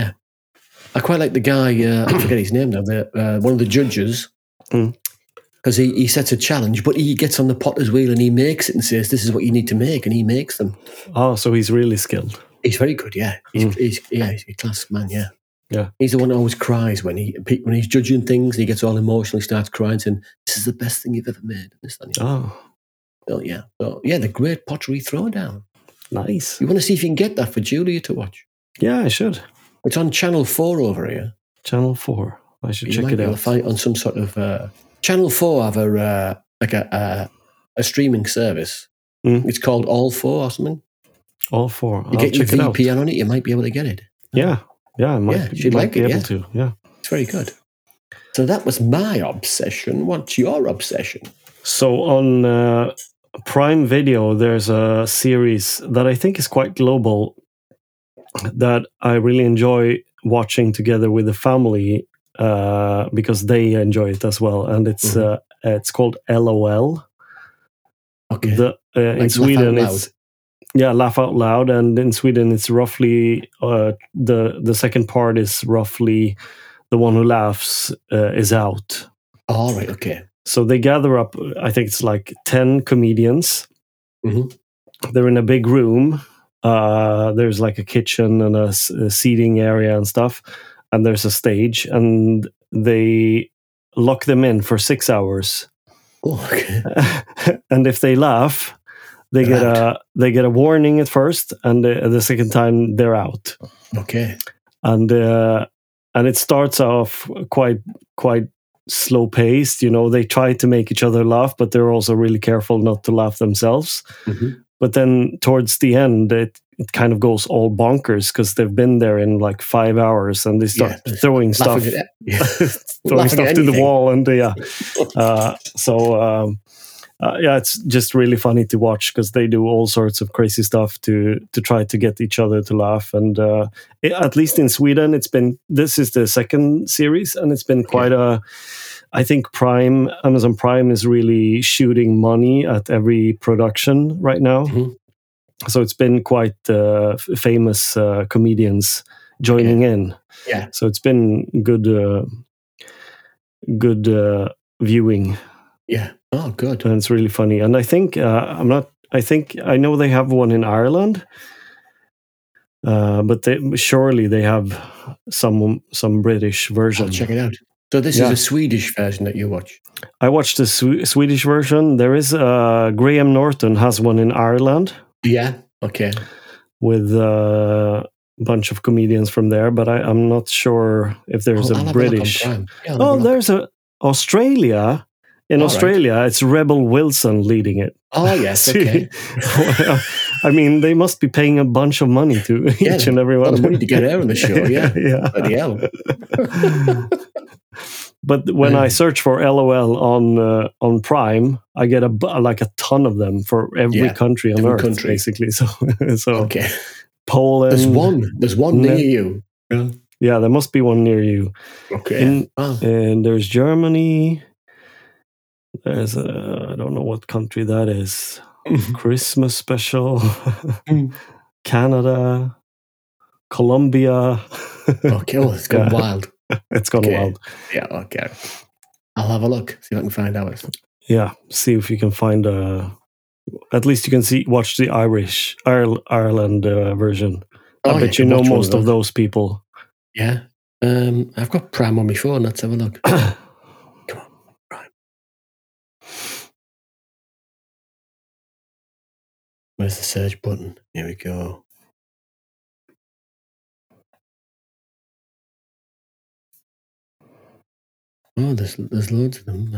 I quite like the guy. Uh, I forget his name now. The, uh, one of the judges.
Mm.
Because he, he sets a challenge, but he gets on the potter's wheel and he makes it and says, "This is what you need to make," and he makes them.
Oh, so he's really skilled.
He's very good, yeah. He's,
Mm.
he's yeah, he's a class man, yeah.
Yeah.
He's the one who always cries when he pe- when he's judging things and he gets all emotional, he starts crying saying, This is the best thing you've ever made. This, that, and the
Oh,
other. oh, yeah. So yeah, the great pottery throwdown.
nice.
You want to see if you can get that for Julia to watch.
Yeah, I should.
It's on channel four over here.
Channel 4. I should
You
check
might
it
be able
out.
to find it on some sort of uh, channel four have a uh, like a uh, a streaming service.
Mm.
It's called All Four or something.
All four.
You
I'll
get your
check it out.
VPN on it, you might be able to get it.
Yeah. Yeah, I might,
Yeah, she'd
might
like
be
it,
able
yeah.
to. Yeah.
It's very good. So that was my obsession. What's your obsession?
So on uh, Prime Video, there's a series that I think is quite global that I really enjoy watching together with the family uh, because they enjoy it as well, and it's
Mhm.
uh, it's called LOL.
Okay.
The, uh,
laugh
in
out
Sweden,
loud.
it's yeah, laugh out loud, and in Sweden, it's roughly uh, the the second part is roughly the one who laughs uh, is out.
All right. Okay.
So they gather up, I think it's like 10 comedians.
Mhm.
They're in a big room. Uh, there's like a kitchen and a, s- a seating area and stuff. And there's a stage, and they lock them in for six hours. <laughs>
Oh, okay.
and if they laugh, they
They're
get a they get a warning at first, and the, the second time they're out
Okay.
and uh, and it starts off quite quite slow paced. You know, they try to make each other laugh, but they're also really careful not to laugh themselves.
Mhm.
But then towards the end, it it kind of goes all bonkers because they've been there in like five hours and they start
Yeah.
throwing stuff
Laughing at- yeah.
<laughs> throwing
Laughing
stuff
at
to the
anything.
wall and yeah uh, so um, uh, yeah it's just really funny to watch because they do all sorts of crazy stuff to to try to get each other to laugh and uh, it- at least in sweden it's been this is the second series and it's been quite a i think prime amazon prime is really shooting money at every production right now
Mhm.
so it's been quite uh, f- famous uh, comedians joining in.
Yeah.
So it's been good, uh, good uh, viewing,
Yeah. Oh, good.
and it's really funny. And I think uh, I'm not. I think I know they have one in Ireland, uh, but they, surely they have some some British
I'll
version.
check it out. So this
um, Yeah.
is a Swedish version that you watch.
I watched the Swe- Swedish version. There is uh, Graham Norton has one in Ireland.
Yeah. Okay.
with uh, a bunch of comedians from there, but I, I'm not sure if there's
I'll- Oh,
a
I'll have look on
British.
Prime. Yeah, I'll have a
oh,
look.
there's a Australia. In
All right.
Australia, it's Rebel Wilson leading it.
Oh,
<laughs>
yes.
See?
Okay.
I mean, they must be paying a bunch of money to
<laughs> Yeah,
each and every
lot
one.
of money to get her on the show,
<laughs>
yeah. Bloody hell.
yeah. <laughs> but when I
Mm.
search for LOL on uh, on Prime, I get a bu- like a ton of them for every
Yeah,
country on
every
earth,
country.
basically. <laughs> So, so
Okay.
Poland.
There's one. There's one near
no.
you.
Yeah, there must be one near you.
Okay.
In, <laughs>
oh,
and there's Germany. There's uh, I don't know what country that is. Christmas special.
Hmm.
<laughs> Canada, Colombia. <laughs>
okay. Well, it's gone
Yeah.
wild.
it's gone
Okay.
wild.
Yeah. Okay. I'll have a look. See if I can find ours.
Yeah, see if you can find a. At least you can see watch the Irish Irel- Ireland uh, version.
Oh,
I
yeah,
bet
can
you know
watch one
most of those people. <coughs>
Yeah. Um, I've got Prime on my phone. Let's have a look. Where's the search button? Here we go. Oh, there's there's loads of them.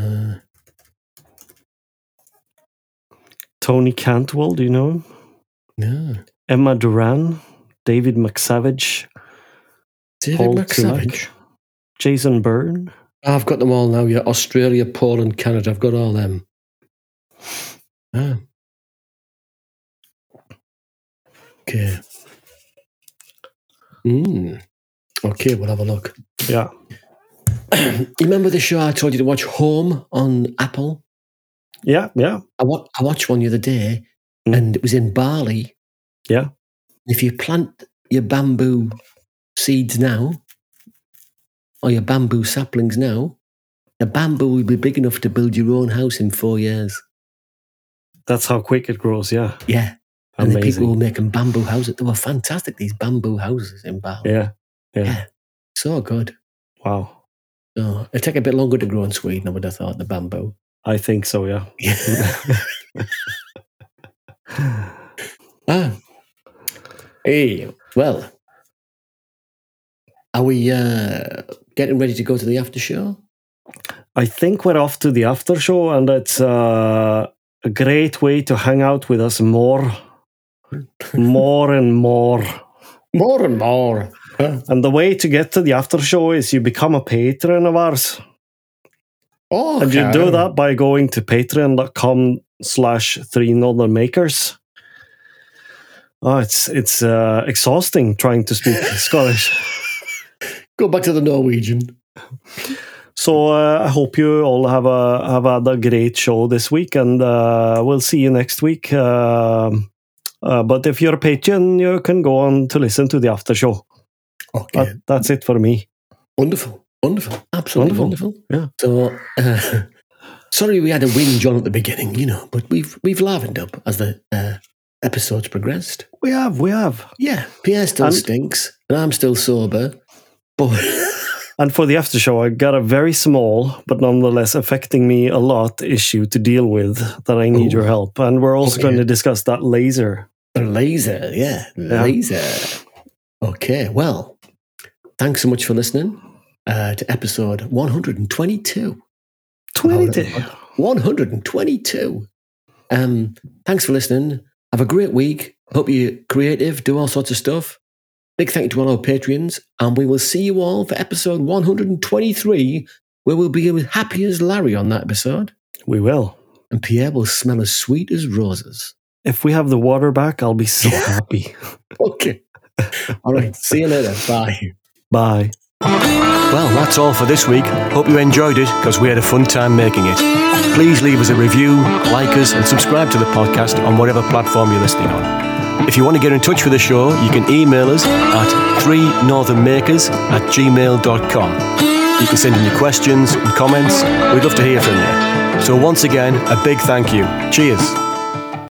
Uh,
Tony Cantwell, do you know him?
yeah.
Emma Duran, David McSavage,
David
Paul
McSavage.
Kulak. Jason Byrne.
I've got them all now. Yeah, Australia, Poland, Canada. I've got all them. Ah. Okay. Mm. Okay, we'll have a look.
Yeah.
you <clears throat> remember the show I told you to watch Home on Apple?
Yeah, yeah.
I, wa- I watched one the other day,
Mm.
and it was in barley.
Yeah.
If you plant your bamboo seeds now, or your bamboo saplings now, the bamboo will be big enough to build your own house in four years.
That's how quick it grows. Yeah.
Yeah. And the people
Amazing.
were making bamboo houses. They were fantastic, these bamboo houses in barley.
Yeah.
So good.
Wow.
Oh, it take a bit longer to grow in Sweden, I would have thought, the bamboo.
I think so. Yeah.
<laughs> Ah. Hey, well, are we uh, getting ready to go to the after show?
I think we're off to the after show, and it's uh, a great way to hang out with us more, more and more.
More and more. Huh?
And the way to get to the after show is you become a patron of ours,
Oh,
and you do
okay.
that by going to patreon.com slash three northern makers. Oh, it's it's uh, exhausting trying to speak Scottish.
Go back to the Norwegian.
So uh, I hope you all have a have had a great show this week, and uh, we'll see you next week. Um uh, but if you're a patron, you can go on to listen to the after show.
Okay.
That, that's it for me.
Uh, Wonderful. Wonderful. Absolutely
Wonderful. Yeah.
wonderful. So, uh, <laughs> sorry we had a whinge on at the beginning, you know, but we've we've lavened up as the uh, episodes progressed.
We have, we have.
Yeah. Pierre still
And-
stinks, and I'm still sober. But <laughs>
And for the after show, I got a very small, but nonetheless affecting me a lot issue to deal with that I need
Ooh.
your help. And we're also
Okay.
going to discuss that laser.
the laser, yeah,
Yeah.
laser. Okay. Well, thanks so much for listening uh, to episode 122.
22.
122. Um, thanks for listening. Have a great week. Hope you're creative, do all sorts of stuff. Big thank you to all our patrons, and we will see you all for episode 123, where we'll be as happy as Larry on that episode,
We will.
and Pierre will smell as sweet as roses.
If we have the water back, I'll be so happy.
Okay. <laughs> all right. See you later. Bye.
Bye.
Well, that's all for this week. Hope you enjoyed it because we had a fun time making it. Please leave us a review, like us, and subscribe to the podcast on whatever platform you're listening on.
If you want to get in touch with the show, you can email us at 3 northernmakers at gmail.com. You can send in your questions and comments. We'd love to hear from you. So, once again, a big thank you. Cheers.